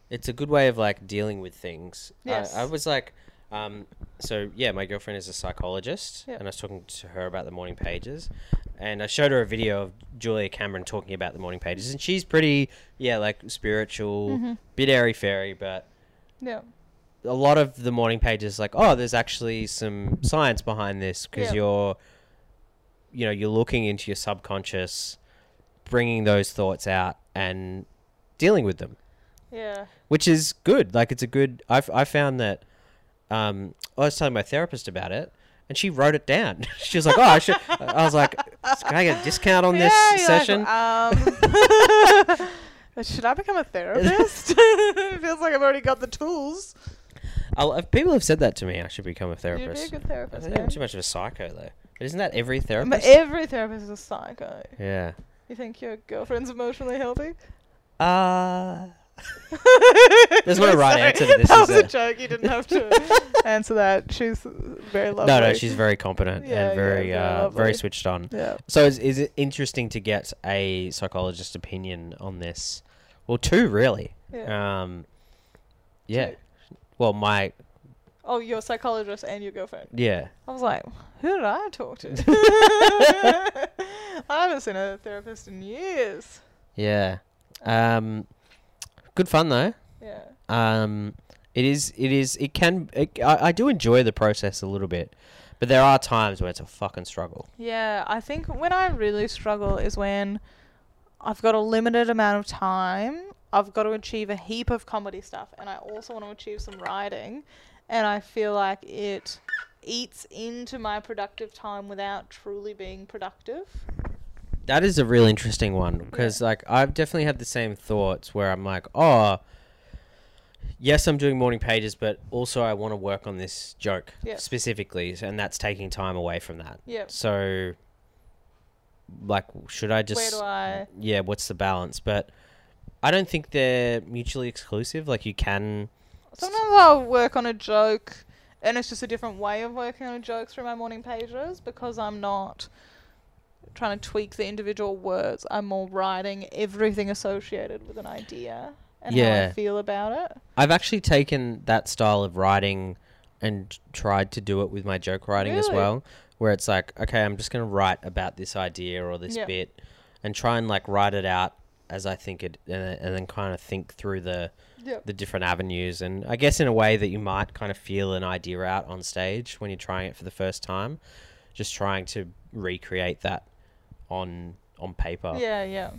[SPEAKER 2] it's a good way of like dealing with things. I-
[SPEAKER 1] Yes.
[SPEAKER 2] I, was like, um, so yeah, my girlfriend is a psychologist,
[SPEAKER 1] Yep.
[SPEAKER 2] and I was talking to her about the morning pages, and I showed her a video of Julia Cameron talking about the morning pages, and she's pretty, yeah, like spiritual,
[SPEAKER 1] Mm-hmm.
[SPEAKER 2] bit airy fairy, but
[SPEAKER 1] Yeah.
[SPEAKER 2] a lot of the morning pages like oh there's actually some science behind this because
[SPEAKER 1] Yeah.
[SPEAKER 2] you're you know you're looking into your subconscious bringing those thoughts out and dealing with them
[SPEAKER 1] Yeah.
[SPEAKER 2] which is good like it's a good i've i found that um i was telling my therapist about it and she wrote it down she was like oh i should i was like can i get a discount on this
[SPEAKER 1] Yeah, you're like,
[SPEAKER 2] session
[SPEAKER 1] um, should I become a therapist? it feels like I've already got the tools.
[SPEAKER 2] I'll, if people have said that to me i should become a
[SPEAKER 1] You'd be a
[SPEAKER 2] therapist
[SPEAKER 1] good
[SPEAKER 2] i
[SPEAKER 1] therapist. eh?
[SPEAKER 2] think i'm
[SPEAKER 1] man.
[SPEAKER 2] too much of a psycho though but isn't that every
[SPEAKER 1] But
[SPEAKER 2] therapist
[SPEAKER 1] every therapist is a psycho.
[SPEAKER 2] yeah
[SPEAKER 1] You think your girlfriend's emotionally healthy?
[SPEAKER 2] Uh, there's not a right
[SPEAKER 1] Sorry,
[SPEAKER 2] answer to this.
[SPEAKER 1] That was
[SPEAKER 2] Is
[SPEAKER 1] a
[SPEAKER 2] there?
[SPEAKER 1] joke. You didn't have to answer that. She's very lovely.
[SPEAKER 2] No, no, she's very competent
[SPEAKER 1] Yeah, yeah,
[SPEAKER 2] and very,
[SPEAKER 1] very
[SPEAKER 2] uh, very
[SPEAKER 1] lovely.
[SPEAKER 2] switched on.
[SPEAKER 1] Yeah.
[SPEAKER 2] So, is, is it interesting to get a psychologist's opinion on this? Well, two really.
[SPEAKER 1] yeah.
[SPEAKER 2] Um, yeah.
[SPEAKER 1] Two.
[SPEAKER 2] Well, my
[SPEAKER 1] Oh, your psychologist and your girlfriend.
[SPEAKER 2] yeah,
[SPEAKER 1] I was like, who did I talk to? I haven't seen a therapist in years.
[SPEAKER 2] Yeah. Um, good fun though.
[SPEAKER 1] Yeah.
[SPEAKER 2] Um, it is. It is. It can. It, I, I do enjoy the process a little bit, but there are times where it's a fucking struggle.
[SPEAKER 1] Yeah, I think when I really struggle is when I've got a limited amount of time. I've got to achieve a heap of comedy stuff, and I also want to achieve some writing. And I feel like it eats into my productive time without truly being productive.
[SPEAKER 2] That is a real interesting one because, like, I've definitely had the same thoughts where I'm like, oh, yes, I'm doing morning pages, but also I want to work on this joke
[SPEAKER 1] Yeah.
[SPEAKER 2] specifically, and that's taking time away from that.
[SPEAKER 1] Yeah.
[SPEAKER 2] So, like, should I just?
[SPEAKER 1] Where do I?
[SPEAKER 2] Yeah, what's the balance? But I don't think they're mutually exclusive. Like, you can.
[SPEAKER 1] Sometimes I'll work on a joke, and it's just a different way of working on a joke through my morning pages because I'm not trying to tweak the individual words. I'm more writing everything associated with an idea and how I
[SPEAKER 2] Yeah.
[SPEAKER 1] feel about it.
[SPEAKER 2] I've actually taken that style of writing and tried to do it with my joke writing as
[SPEAKER 1] Really?
[SPEAKER 2] well, where it's like, okay, I'm just going to write about this idea or this
[SPEAKER 1] Yeah.
[SPEAKER 2] bit and try and like write it out as I think it and, then- and then kind of think through the
[SPEAKER 1] Yep.
[SPEAKER 2] the different avenues and I guess in a way that you might kind of feel an idea out on stage when you're trying it for the first time, just trying to recreate that on on paper.
[SPEAKER 1] Yeah, yeah.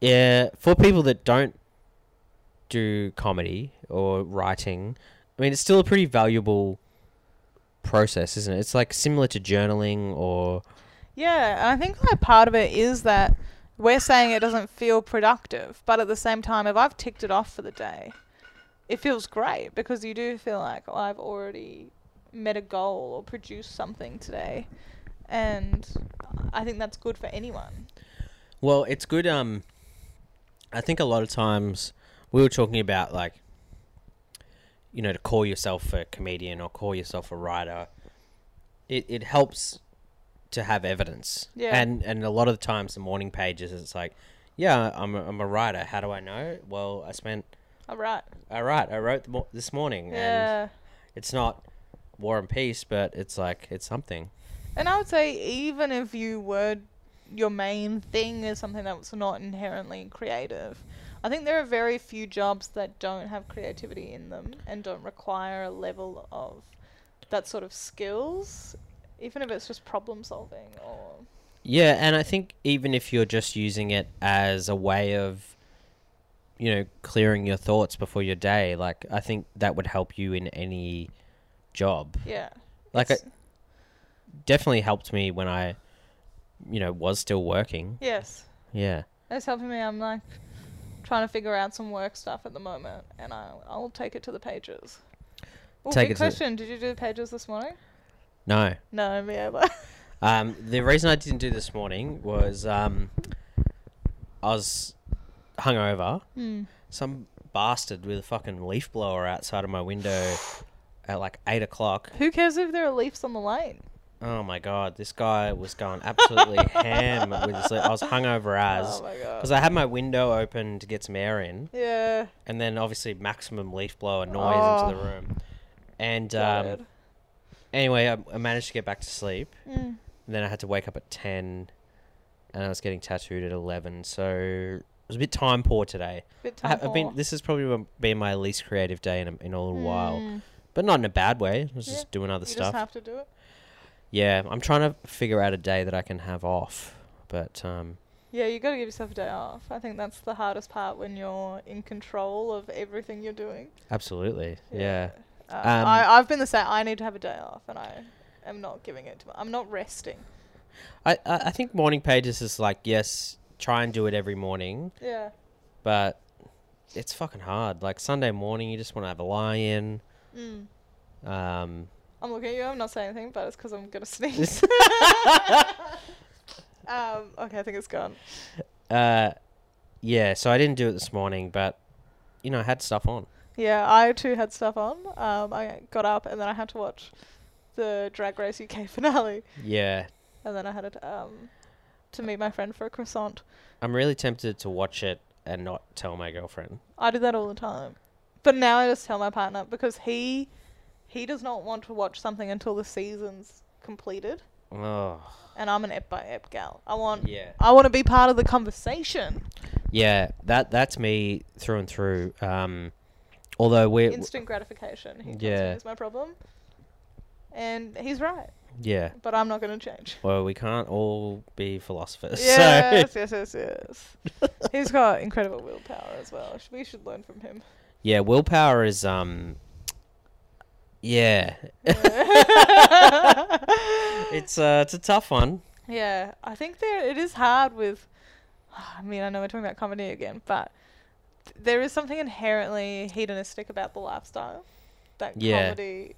[SPEAKER 2] Yeah, for people that don't do comedy or writing, I mean, it's still a pretty valuable process, isn't it? It's like similar to journaling or
[SPEAKER 1] Yeah, and I think like part of it is that we're saying it doesn't feel productive, but at the same time, if I've ticked it off for the day, it feels great because you do feel like oh, I've already met a goal or produced something today, and I think that's good for anyone.
[SPEAKER 2] well, it's good um I think a lot of times we were talking about like you know, to call yourself a comedian or call yourself a writer, it it helps to have evidence.
[SPEAKER 1] Yeah.
[SPEAKER 2] And and a lot of the times the morning pages it's like, yeah, I'm a, I'm a writer. How do I know? Well, I spent
[SPEAKER 1] All right.
[SPEAKER 2] all right, I wrote the mo- this morning, and
[SPEAKER 1] Yeah.
[SPEAKER 2] it's not War and Peace, but it's like it's something.
[SPEAKER 1] And I would say even if you were your main thing is something that's not inherently creative, I think there are very few jobs that don't have creativity in them and don't require a level of that sort of skills, even if it's just problem solving or
[SPEAKER 2] Yeah, and I think even if you're just using it as a way of, you know, clearing your thoughts before your day, like I think that would help you in any job.
[SPEAKER 1] yeah.
[SPEAKER 2] Like it
[SPEAKER 1] it's-
[SPEAKER 2] definitely helped me when I, you know, was still working.
[SPEAKER 1] yes,
[SPEAKER 2] Yeah.
[SPEAKER 1] it's helping me. I'm like trying to figure out some work stuff at the moment, and I'll, I'll take it to the pages. Ooh,
[SPEAKER 2] Take
[SPEAKER 1] big
[SPEAKER 2] it to the-
[SPEAKER 1] question. Did you do the pages this morning?
[SPEAKER 2] No.
[SPEAKER 1] No, me either.
[SPEAKER 2] Um, the reason I didn't do this morning was um, I was hungover.
[SPEAKER 1] Hmm.
[SPEAKER 2] some bastard with a fucking leaf blower outside of my window at like eight o'clock.
[SPEAKER 1] Who cares if there are leaves on the lane?
[SPEAKER 2] Oh my god, this guy was going absolutely ham with his. le- I was hungover as
[SPEAKER 1] oh my
[SPEAKER 2] because
[SPEAKER 1] god.
[SPEAKER 2] I had my window open to get some air in,
[SPEAKER 1] yeah.
[SPEAKER 2] and then obviously maximum leaf blower noise
[SPEAKER 1] Oh.
[SPEAKER 2] into the room. And um,
[SPEAKER 1] God.
[SPEAKER 2] anyway, I, I managed to get back to sleep,
[SPEAKER 1] Mm.
[SPEAKER 2] and then I had to wake up at ten, and I was getting tattooed at eleven, so it was a bit time poor today.
[SPEAKER 1] Bit
[SPEAKER 2] I,
[SPEAKER 1] time
[SPEAKER 2] have been. This has probably been my least creative day in a, in a little while.
[SPEAKER 1] You
[SPEAKER 2] but not in a bad way. I was
[SPEAKER 1] Mm. Yeah,
[SPEAKER 2] just doing other
[SPEAKER 1] just
[SPEAKER 2] stuff.
[SPEAKER 1] have to do it.
[SPEAKER 2] yeah, I'm trying to figure out a day that I can have off, but um,
[SPEAKER 1] Yeah, you got to give yourself a day off. I think that's the hardest part when you're in control of everything you're doing.
[SPEAKER 2] absolutely, yeah.
[SPEAKER 1] Uh,
[SPEAKER 2] Um,
[SPEAKER 1] I, I've been the same. I need to have a day off, and I am not giving it to. My, I'm not resting.
[SPEAKER 2] I I, I think morning pages is like yes, try and do it every morning,
[SPEAKER 1] Yeah.
[SPEAKER 2] but it's fucking hard. Like Sunday morning, you just want to have a lie in.
[SPEAKER 1] Mm.
[SPEAKER 2] Um,
[SPEAKER 1] I'm looking at you. I'm not saying anything, but it's because I'm gonna sneeze.
[SPEAKER 2] Just-
[SPEAKER 1] um, okay, I think it's gone.
[SPEAKER 2] uh, yeah. So I didn't do it this morning, but you know I had stuff on.
[SPEAKER 1] Yeah, I too had stuff on. Um, I got up and then I had to watch the Drag Race UK finale,
[SPEAKER 2] Yeah,
[SPEAKER 1] and then I had to, um, to meet my friend for a croissant.
[SPEAKER 2] I'm really tempted to watch it and not tell my girlfriend.
[SPEAKER 1] I do that all the time, but now I just tell my partner because he he does not want to watch something until the season's completed.
[SPEAKER 2] Oh,
[SPEAKER 1] and I'm an ep by ep gal. I want
[SPEAKER 2] yeah.
[SPEAKER 1] I want to be part of the conversation.
[SPEAKER 2] Yeah, that that's me through and through. Um, although we're
[SPEAKER 1] Instant gratification. He tells me
[SPEAKER 2] Yeah.
[SPEAKER 1] is my problem. And he's right,
[SPEAKER 2] yeah.
[SPEAKER 1] but I'm not going to change.
[SPEAKER 2] Well, we can't all be philosophers. So
[SPEAKER 1] Yes, yes, yes, yes. he's got incredible willpower as well. Sh- We should learn from him.
[SPEAKER 2] yeah, willpower is um. Yeah, it's uh, it's a tough one.
[SPEAKER 1] Yeah, I think there it is hard with. ah, I mean, I know we're talking about comedy again, but th- there is something inherently hedonistic about the lifestyle that
[SPEAKER 2] Yeah.
[SPEAKER 1] comedy,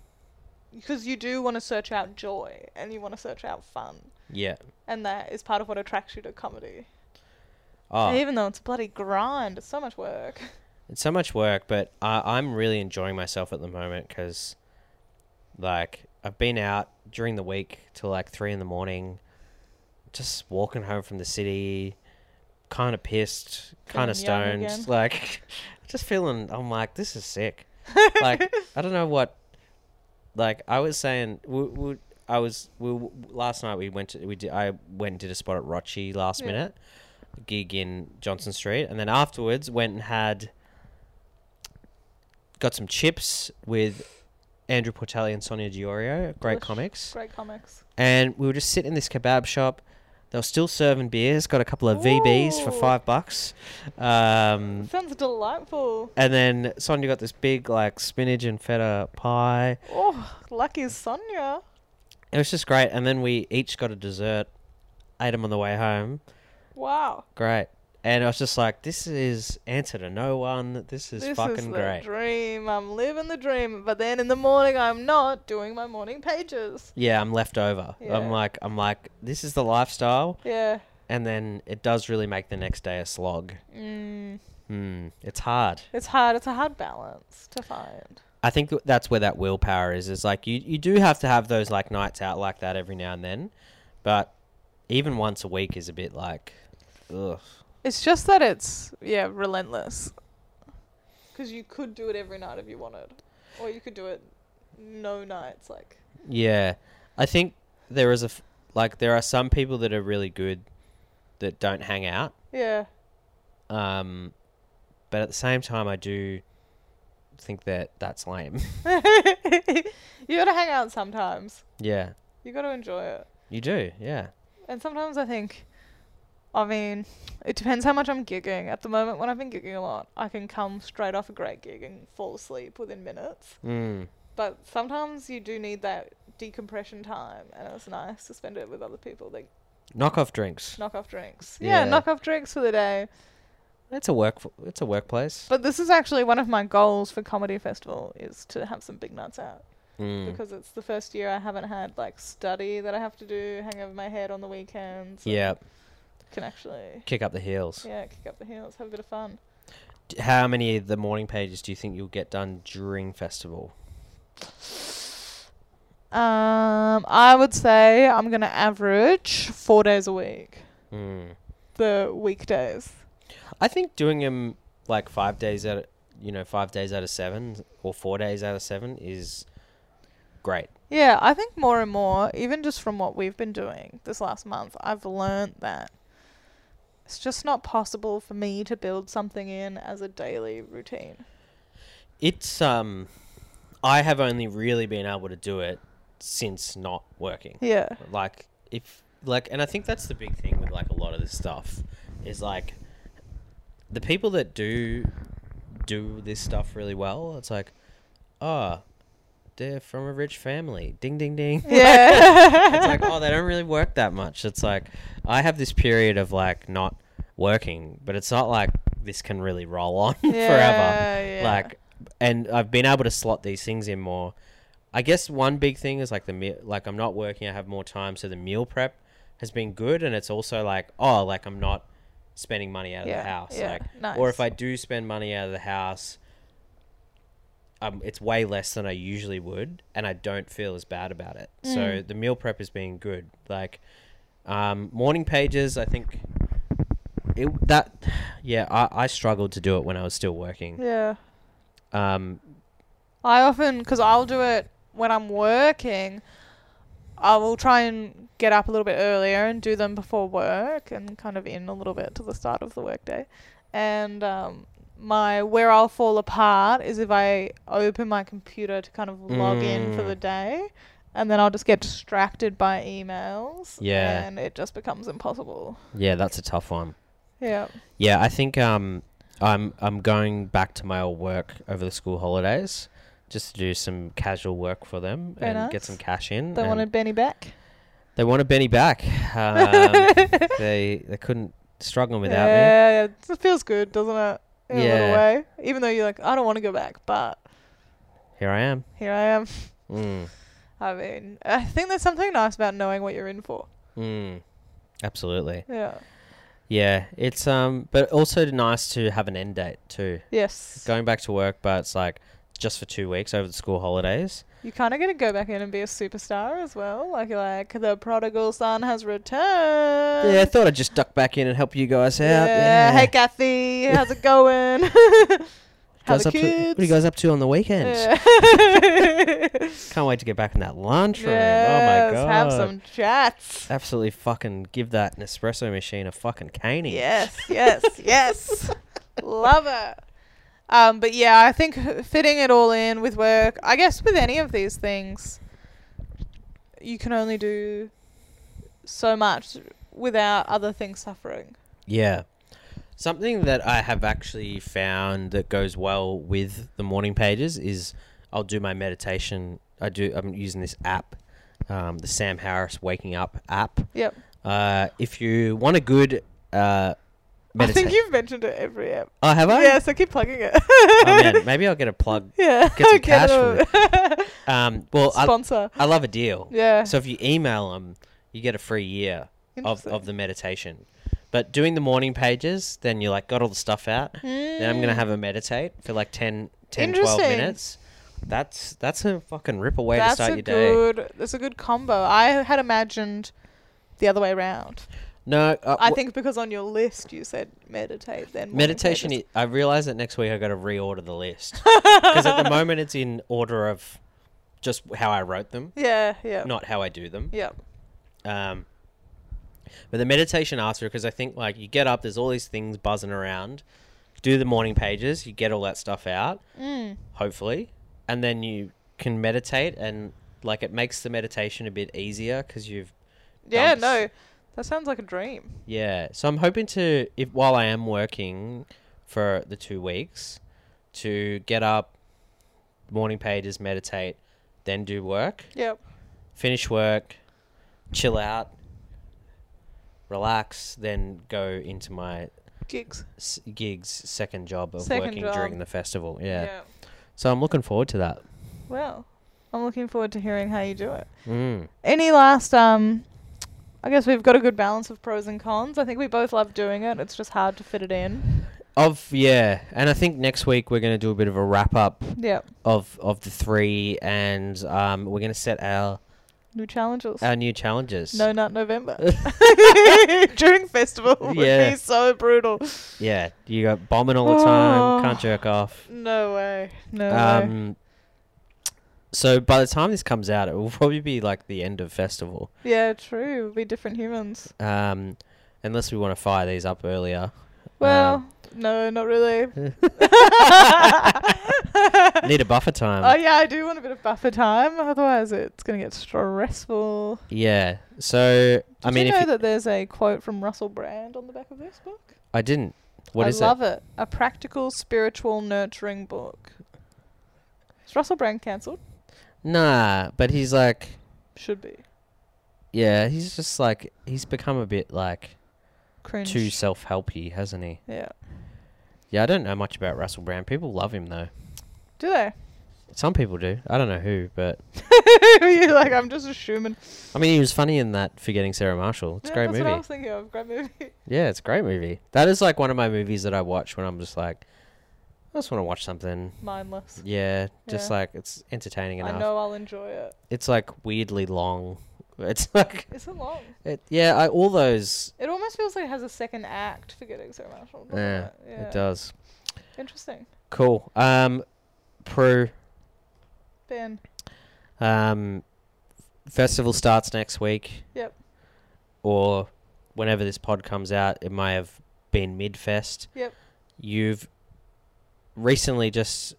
[SPEAKER 1] because you do want to search out joy and you want to search out fun,
[SPEAKER 2] Yeah.
[SPEAKER 1] and that is part of what attracts you to comedy.
[SPEAKER 2] Oh,
[SPEAKER 1] Even though it's a bloody grind, it's so much work.
[SPEAKER 2] It's so much work, but I, I'm really enjoying myself at the moment because, like, I've been out during the week till like three in the morning, just walking home from the city, kind of pissed, kind of
[SPEAKER 1] Feeling young
[SPEAKER 2] stoned,
[SPEAKER 1] again.
[SPEAKER 2] like, just feeling. I'm like, this is sick. like, I don't know what. Like, I was saying, we, we, I was we last night we went to we did I went and did a spot at Rochi last
[SPEAKER 1] Yeah.
[SPEAKER 2] minute gig in Johnson Street, and then afterwards went and had got some chips with Andrew Portelli and Sonia Diorio, great
[SPEAKER 1] Delish.
[SPEAKER 2] comics,
[SPEAKER 1] Great comics.
[SPEAKER 2] and we were just sitting in this kebab shop. They were still serving beers. Got a couple of VBs for
[SPEAKER 1] Ooh.
[SPEAKER 2] five bucks. Um,
[SPEAKER 1] Sounds delightful.
[SPEAKER 2] and then Sonia got this big like spinach and feta pie.
[SPEAKER 1] Oh, lucky is Sonia.
[SPEAKER 2] It was just great. And then we each got a dessert. Ate them on the way home.
[SPEAKER 1] Wow.
[SPEAKER 2] Great. And I was just like, this is answer to no one. This is fucking
[SPEAKER 1] the
[SPEAKER 2] great.
[SPEAKER 1] dream. I'm living the dream, but then in the morning I'm not doing my morning pages.
[SPEAKER 2] Yeah, I'm left over.
[SPEAKER 1] Yeah.
[SPEAKER 2] I'm like, I'm like, this is the lifestyle,
[SPEAKER 1] Yeah.
[SPEAKER 2] and then it does really make the next day a slog.
[SPEAKER 1] Mm.
[SPEAKER 2] Hmm, it's hard.
[SPEAKER 1] It's hard. It's a hard balance to find.
[SPEAKER 2] I think th- that's where that willpower is. Is like you, you do have to have those like nights out like that every now and then, but even once a week is a bit like, ugh.
[SPEAKER 1] It's just that it's yeah relentless. Because you could do it every night if you wanted, or you could do it no nights. Like
[SPEAKER 2] Yeah, I think there is a f- like there are some people that are really good that don't hang out.
[SPEAKER 1] yeah,
[SPEAKER 2] Um, but at the same time, I do think that that's lame.
[SPEAKER 1] you gotta hang out sometimes.
[SPEAKER 2] yeah,
[SPEAKER 1] You gotta enjoy it.
[SPEAKER 2] you do. Yeah.
[SPEAKER 1] And sometimes I think, I mean, it depends how much I'm gigging. At the moment, when I've been gigging a lot, I can come straight off a great gig and fall asleep within minutes.
[SPEAKER 2] Mm.
[SPEAKER 1] But sometimes you do need that decompression time, and it's nice to spend it with other people. They
[SPEAKER 2] Knock off drinks.
[SPEAKER 1] knock off drinks. Yeah,
[SPEAKER 2] Yeah.
[SPEAKER 1] knock off drinks for the day.
[SPEAKER 2] It's a work. It's a workplace.
[SPEAKER 1] But this is actually one of my goals for Comedy Festival is to have some big nuts out.
[SPEAKER 2] Mm.
[SPEAKER 1] Because it's the first year I haven't had like study that I have to do, hang over my head on the weekends. and
[SPEAKER 2] yeah,
[SPEAKER 1] Can actually
[SPEAKER 2] kick up the heels.
[SPEAKER 1] Yeah, kick up the heels, have a bit of fun.
[SPEAKER 2] D How many of the morning pages do you think you'll get done during festival?
[SPEAKER 1] Um, I would say I'm gonna average four days a week,
[SPEAKER 2] Mm.
[SPEAKER 1] the weekdays.
[SPEAKER 2] I think doing them like five days out, of, you know, five days out of seven or four days out of seven is great.
[SPEAKER 1] Yeah, I think more and more, even just from what we've been doing this last month, I've learned that it's just not possible for me to build something in as a daily routine.
[SPEAKER 2] It's um, I have only really been able to do it since not working.
[SPEAKER 1] Yeah,
[SPEAKER 2] like if like and i think that's the big thing with like a lot of this stuff is like the people that do do this stuff really well it's like oh they're from a rich family ding ding ding
[SPEAKER 1] yeah,
[SPEAKER 2] it's like oh they don't really work that much it's like i have this period of like not working but it's not like this can really roll on forever
[SPEAKER 1] Yeah, yeah.
[SPEAKER 2] like and i've been able to slot these things in more i guess one big thing is like the meal like i'm not working i have more time so the meal prep has been good and it's also like oh like i'm not spending money out of
[SPEAKER 1] Yeah,
[SPEAKER 2] the house
[SPEAKER 1] yeah,
[SPEAKER 2] like
[SPEAKER 1] nice.
[SPEAKER 2] or if i do spend money out of the house um, it's way less than i usually would and i don't feel as bad about it so
[SPEAKER 1] Mm.
[SPEAKER 2] the meal prep has been good like um, morning pages i think it that yeah I, I struggled to do it when i was still working
[SPEAKER 1] yeah.
[SPEAKER 2] um,
[SPEAKER 1] I often, because I'll do it when I'm working, I will try and get up a little bit earlier and do them before work and kind of in a little bit to the start of the workday. And um, my where I'll fall apart is if I open my computer to kind of log in for
[SPEAKER 2] Mm.
[SPEAKER 1] the day, and then I'll just get distracted by emails.
[SPEAKER 2] Yeah.
[SPEAKER 1] and it just becomes impossible.
[SPEAKER 2] Yeah, that's a tough one.
[SPEAKER 1] Yeah.
[SPEAKER 2] Yeah, I think um, I'm I'm going back to my old work over the school holidays, just to do some casual work for them
[SPEAKER 1] Very
[SPEAKER 2] and get
[SPEAKER 1] nice.
[SPEAKER 2] some cash in.
[SPEAKER 1] They
[SPEAKER 2] Mm, and
[SPEAKER 1] wanted Benny back.
[SPEAKER 2] they wanted Benny back. Um, they they couldn't struggling without me.
[SPEAKER 1] yeah, it feels good, doesn't it? In a little
[SPEAKER 2] Yeah.
[SPEAKER 1] way. Even though you're like, I don't want to go back, but
[SPEAKER 2] Here I am.
[SPEAKER 1] here I am.
[SPEAKER 2] Mm,
[SPEAKER 1] I mean, I think there's something nice about knowing what you're in for.
[SPEAKER 2] mm, absolutely.
[SPEAKER 1] Yeah.
[SPEAKER 2] Yeah, it's um, but also nice to have an end date too.
[SPEAKER 1] Yes.
[SPEAKER 2] Going back to work, but it's like just for two weeks over the school holidays.
[SPEAKER 1] You kind of get to go back in and be a superstar as well. Like, you're like the prodigal son has returned.
[SPEAKER 2] Yeah, I thought I'd just duck back in and help you guys out.
[SPEAKER 1] Yeah. Hey, Kathy. How's it going? How
[SPEAKER 2] Guys
[SPEAKER 1] the
[SPEAKER 2] up to-
[SPEAKER 1] kids?
[SPEAKER 2] what are you guys up to on the weekends?
[SPEAKER 1] Yeah.
[SPEAKER 2] Can't wait to get back in that lunchroom.
[SPEAKER 1] Yes,
[SPEAKER 2] oh my god.
[SPEAKER 1] Have some chats.
[SPEAKER 2] Absolutely fucking give that Nespresso machine a fucking caney.
[SPEAKER 1] Yes, yes, yes. Love it. Um, but yeah, I think fitting it all in with work, I guess with any of these things, you can only do so much without other things suffering.
[SPEAKER 2] Yeah. Something that I have actually found that goes well with the morning pages is I'll do my meditation. I do. I'm using this app, um, the Sam Harris Waking Up app.
[SPEAKER 1] Yep.
[SPEAKER 2] Uh, if you want a good uh,
[SPEAKER 1] I think
[SPEAKER 2] meditation,
[SPEAKER 1] you've mentioned it every app.
[SPEAKER 2] oh, have I?
[SPEAKER 1] Yeah, so keep plugging it.
[SPEAKER 2] Oh man, maybe I'll get a plug.
[SPEAKER 1] yeah.
[SPEAKER 2] Get some
[SPEAKER 1] it
[SPEAKER 2] cash
[SPEAKER 1] all.
[SPEAKER 2] Um, well, I,
[SPEAKER 1] Sponsor.
[SPEAKER 2] I love a deal.
[SPEAKER 1] yeah.
[SPEAKER 2] So if you email them, you get a free year of,
[SPEAKER 1] Interesting.
[SPEAKER 2] of the meditation. But doing the morning pages, then you like got all the stuff out. Then I'm gonna
[SPEAKER 1] Mm.
[SPEAKER 2] have a meditate for like 10, 10 12
[SPEAKER 1] Interesting.
[SPEAKER 2] minutes. That's that's a fucking ripper way
[SPEAKER 1] that's
[SPEAKER 2] to start
[SPEAKER 1] a
[SPEAKER 2] your day.
[SPEAKER 1] good. That's a good combo. I had imagined the other way around.
[SPEAKER 2] No, uh,
[SPEAKER 1] I
[SPEAKER 2] wh-
[SPEAKER 1] think because on your list you said meditate, then morning
[SPEAKER 2] meditation.
[SPEAKER 1] pages.
[SPEAKER 2] Is, I realize that next week I got to reorder the list because at the moment it's in order of just how I wrote them,
[SPEAKER 1] yeah, yeah,
[SPEAKER 2] not how I do them.
[SPEAKER 1] yeah,
[SPEAKER 2] Um, but the meditation after, because I think like you get up, there's all these things buzzing around. Do the morning pages, you get all that stuff out,
[SPEAKER 1] mm.
[SPEAKER 2] hopefully, and then you can meditate, and like it makes the meditation a bit easier because you've
[SPEAKER 1] yeah.
[SPEAKER 2] Dumps.
[SPEAKER 1] No, that sounds like a dream.
[SPEAKER 2] yeah. So I'm hoping to if while I am working for the two weeks, to get up, morning pages, meditate, then do work,
[SPEAKER 1] Yep.
[SPEAKER 2] finish work, chill out, relax, then go into my
[SPEAKER 1] Gigs.
[SPEAKER 2] s- gigs second job of
[SPEAKER 1] Second
[SPEAKER 2] working
[SPEAKER 1] job.
[SPEAKER 2] during the festival. Yeah. So I'm looking forward to that.
[SPEAKER 1] Well, I'm looking forward to hearing how you do it.
[SPEAKER 2] Mm.
[SPEAKER 1] Any last um. I guess we've got a good balance of pros and cons. I think we both love doing it. It's just hard to fit it in.
[SPEAKER 2] Of yeah, and I think next week we're going to do a bit of a wrap up
[SPEAKER 1] Yep.
[SPEAKER 2] of of the three, and um, we're going to set our
[SPEAKER 1] New challenges.
[SPEAKER 2] our new challenges.
[SPEAKER 1] no, not November. During festival would
[SPEAKER 2] Yeah.
[SPEAKER 1] be so brutal.
[SPEAKER 2] Yeah, you got bombing all the time. Can't
[SPEAKER 1] Oh.
[SPEAKER 2] jerk off.
[SPEAKER 1] No way. No way.
[SPEAKER 2] Um. So by the time this comes out, it will probably be like the end of festival.
[SPEAKER 1] Yeah, true. We'd be different humans.
[SPEAKER 2] Um, unless we want to fire these up earlier.
[SPEAKER 1] Well,
[SPEAKER 2] Um,
[SPEAKER 1] no, not really.
[SPEAKER 2] Um, Need a buffer time.
[SPEAKER 1] oh yeah, I do want a bit of buffer time. Otherwise, it's gonna get stressful.
[SPEAKER 2] yeah. So I
[SPEAKER 1] Did
[SPEAKER 2] mean,
[SPEAKER 1] you
[SPEAKER 2] if
[SPEAKER 1] know
[SPEAKER 2] you-
[SPEAKER 1] that there's a quote from Russell Brand on the back of this book.
[SPEAKER 2] I didn't. What
[SPEAKER 1] I
[SPEAKER 2] is
[SPEAKER 1] love it? A practical, spiritual, nurturing book. Is Russell Brand cancelled?
[SPEAKER 2] it? Nah, but he's like,
[SPEAKER 1] Should be.
[SPEAKER 2] yeah, he's just like he's become a bit like
[SPEAKER 1] Cringe.
[SPEAKER 2] too self-helpy, hasn't he?
[SPEAKER 1] Yeah.
[SPEAKER 2] Yeah, I don't know much about Russell Brand. People love him though.
[SPEAKER 1] Do they?
[SPEAKER 2] Some people do. I don't know who, but
[SPEAKER 1] You're like I'm just assuming.
[SPEAKER 2] I mean, he was funny in that Forgetting Sarah Marshall. It's
[SPEAKER 1] Yeah,
[SPEAKER 2] a great
[SPEAKER 1] that's
[SPEAKER 2] movie.
[SPEAKER 1] What I was thinking of great movie.
[SPEAKER 2] Yeah, it's a great movie. That is like one of my movies that I watch when I'm just like, I just want to watch something.
[SPEAKER 1] Mindless.
[SPEAKER 2] Yeah, just
[SPEAKER 1] Yeah.
[SPEAKER 2] like it's entertaining enough.
[SPEAKER 1] I know I'll enjoy it.
[SPEAKER 2] It's like weirdly long. It's like
[SPEAKER 1] It's a long.
[SPEAKER 2] it, yeah, I, all those.
[SPEAKER 1] It almost feels like it has a second act for getting so Marshall. doesn't
[SPEAKER 2] Yeah,
[SPEAKER 1] it? yeah,
[SPEAKER 2] It does.
[SPEAKER 1] Interesting.
[SPEAKER 2] Cool. Um, Prue.
[SPEAKER 1] Ben.
[SPEAKER 2] Um, festival starts next week.
[SPEAKER 1] Yep.
[SPEAKER 2] Or whenever this pod comes out, it may have been mid fest.
[SPEAKER 1] Yep.
[SPEAKER 2] You've recently just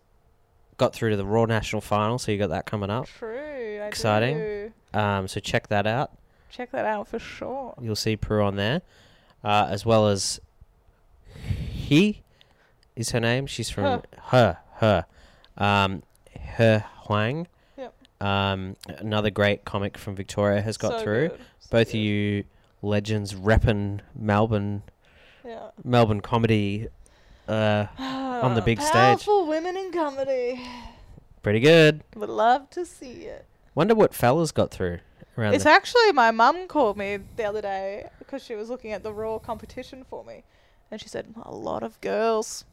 [SPEAKER 2] got through to the Raw National Final, so you got that coming up.
[SPEAKER 1] True. I
[SPEAKER 2] Oh. Exciting.
[SPEAKER 1] do.
[SPEAKER 2] Um, so check that out.
[SPEAKER 1] Check that out for sure.
[SPEAKER 2] You'll see Peru on there, uh, as well as he is her name. She's from her her, um, her Huang.
[SPEAKER 1] Yep.
[SPEAKER 2] Um, another great comic from Victoria has got
[SPEAKER 1] So
[SPEAKER 2] through.
[SPEAKER 1] good. So
[SPEAKER 2] Both
[SPEAKER 1] good.
[SPEAKER 2] of you legends reppin' Melbourne
[SPEAKER 1] Yeah.
[SPEAKER 2] Melbourne comedy. Uh,
[SPEAKER 1] On
[SPEAKER 2] the big stage.
[SPEAKER 1] Ah, Powerful women in comedy.
[SPEAKER 2] pretty good.
[SPEAKER 1] Would love to see it.
[SPEAKER 2] Wonder what fellas got through around.
[SPEAKER 1] It's
[SPEAKER 2] the-
[SPEAKER 1] actually my mum called me the other day because she was looking at the raw competition for me, and she said a lot of girls,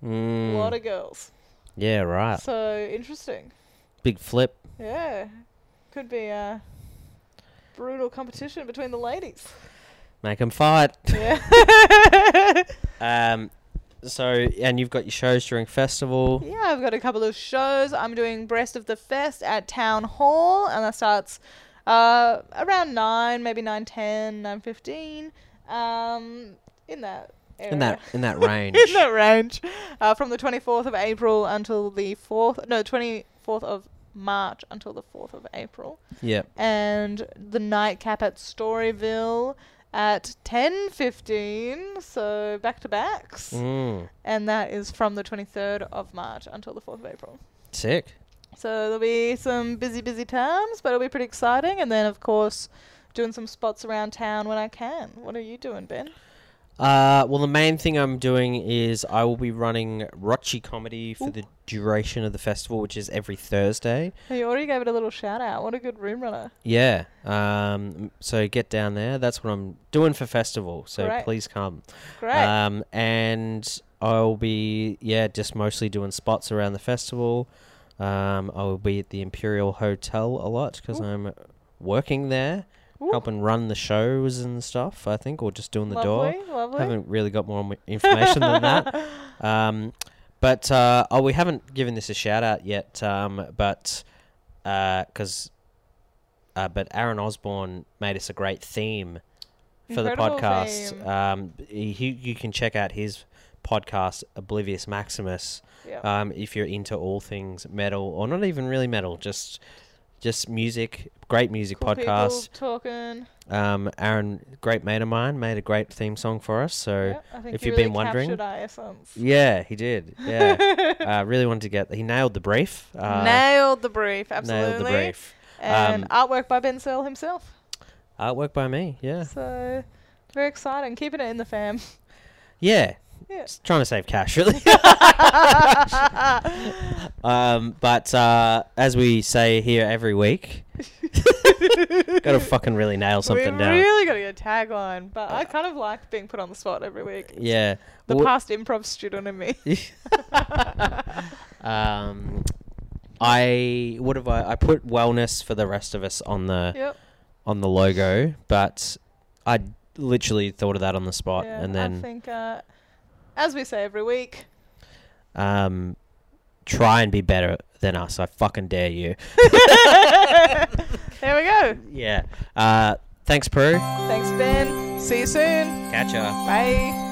[SPEAKER 1] a
[SPEAKER 2] Mm.
[SPEAKER 1] lot of girls.
[SPEAKER 2] yeah, right.
[SPEAKER 1] So interesting.
[SPEAKER 2] Big flip.
[SPEAKER 1] Yeah, could be a brutal competition between the ladies.
[SPEAKER 2] Make 'em fight.
[SPEAKER 1] Yeah.
[SPEAKER 2] Um, so and you've got your shows during festival.
[SPEAKER 1] Yeah, I've got a couple of shows. I'm doing Breast of the Fest at Town Hall, and that starts uh, around nine, maybe nine ten, nine fifteen, um, in that area.
[SPEAKER 2] in that in that range.
[SPEAKER 1] in that range, uh, from the 24th of April until the 4th, no, 24th of March until the 4th of April,
[SPEAKER 2] Yep.
[SPEAKER 1] and the nightcap at Storyville at 10:15, so back to backs
[SPEAKER 2] Mm,
[SPEAKER 1] and that is from the 23rd of March until the 4th of April.
[SPEAKER 2] sick.
[SPEAKER 1] So there'll be some busy, busy times, but it'll be pretty exciting. And then, of course, doing some spots around town when I can. What are you doing, Ben?
[SPEAKER 2] Uh, well, the main thing I'm doing is I will be running Rochi comedy for
[SPEAKER 1] Ooh.
[SPEAKER 2] the duration of the festival, which is every Thursday.
[SPEAKER 1] You already gave it a little shout out. What a good room runner.
[SPEAKER 2] Yeah. Um, so get down there. That's what I'm doing for festival. So
[SPEAKER 1] Great.
[SPEAKER 2] please come.
[SPEAKER 1] Great.
[SPEAKER 2] Um, and I'll be yeah just mostly doing spots around the festival. Um, I will be at the Imperial Hotel a lot because
[SPEAKER 1] Ooh.
[SPEAKER 2] I'm working there,
[SPEAKER 1] Ooh.
[SPEAKER 2] helping run the shows and stuff. I think, or just doing the door.
[SPEAKER 1] lovely, lovely.
[SPEAKER 2] Haven't really got more m- information than that. Um, but uh, oh, we haven't given this a shout out yet. Um, but because uh, but Aaron Osborne made us a great theme for
[SPEAKER 1] Incredible
[SPEAKER 2] the podcast.
[SPEAKER 1] theme.
[SPEAKER 2] Um, he, you can check out his podcast, Oblivious Maximus,
[SPEAKER 1] Yep.
[SPEAKER 2] um, if you're into all things metal or not even really metal, just just music. Great music
[SPEAKER 1] Cool people
[SPEAKER 2] podcast.
[SPEAKER 1] talking.
[SPEAKER 2] Um, Aaron, great mate of mine, made a great theme song for us. So.
[SPEAKER 1] Yep, I think
[SPEAKER 2] if
[SPEAKER 1] you
[SPEAKER 2] you've
[SPEAKER 1] really
[SPEAKER 2] been wondering-
[SPEAKER 1] captured our essence.
[SPEAKER 2] Yeah, he did. Yeah, uh, really wanted to get. He nailed the brief. Uh,
[SPEAKER 1] nailed the brief, absolutely.
[SPEAKER 2] nailed the brief.
[SPEAKER 1] And
[SPEAKER 2] Um,
[SPEAKER 1] artwork by Ben Searle himself.
[SPEAKER 2] Artwork by me. Yeah,
[SPEAKER 1] So very exciting. Keeping it in the fam.
[SPEAKER 2] yeah.
[SPEAKER 1] Yeah.
[SPEAKER 2] Just trying to save cash, really. um, but uh, as we say here every week, gotta fucking really nail something
[SPEAKER 1] we
[SPEAKER 2] down. Uh,
[SPEAKER 1] really got to get a tagline, but I kind of like being put on the spot every week.
[SPEAKER 2] yeah.
[SPEAKER 1] The
[SPEAKER 2] Wha-
[SPEAKER 1] past improv student in me.
[SPEAKER 2] um, I what have I? I put wellness for the rest of us on the
[SPEAKER 1] yep.
[SPEAKER 2] on the logo, but I literally thought of that on the spot,
[SPEAKER 1] yeah,
[SPEAKER 2] and then
[SPEAKER 1] I think, uh, as we say every week,
[SPEAKER 2] um, try and be better than us. I fucking dare you.
[SPEAKER 1] there we go.
[SPEAKER 2] Yeah. Uh, thanks, Peru.
[SPEAKER 1] Thanks, Ben. See you soon.
[SPEAKER 2] Catch ya.
[SPEAKER 1] Bye.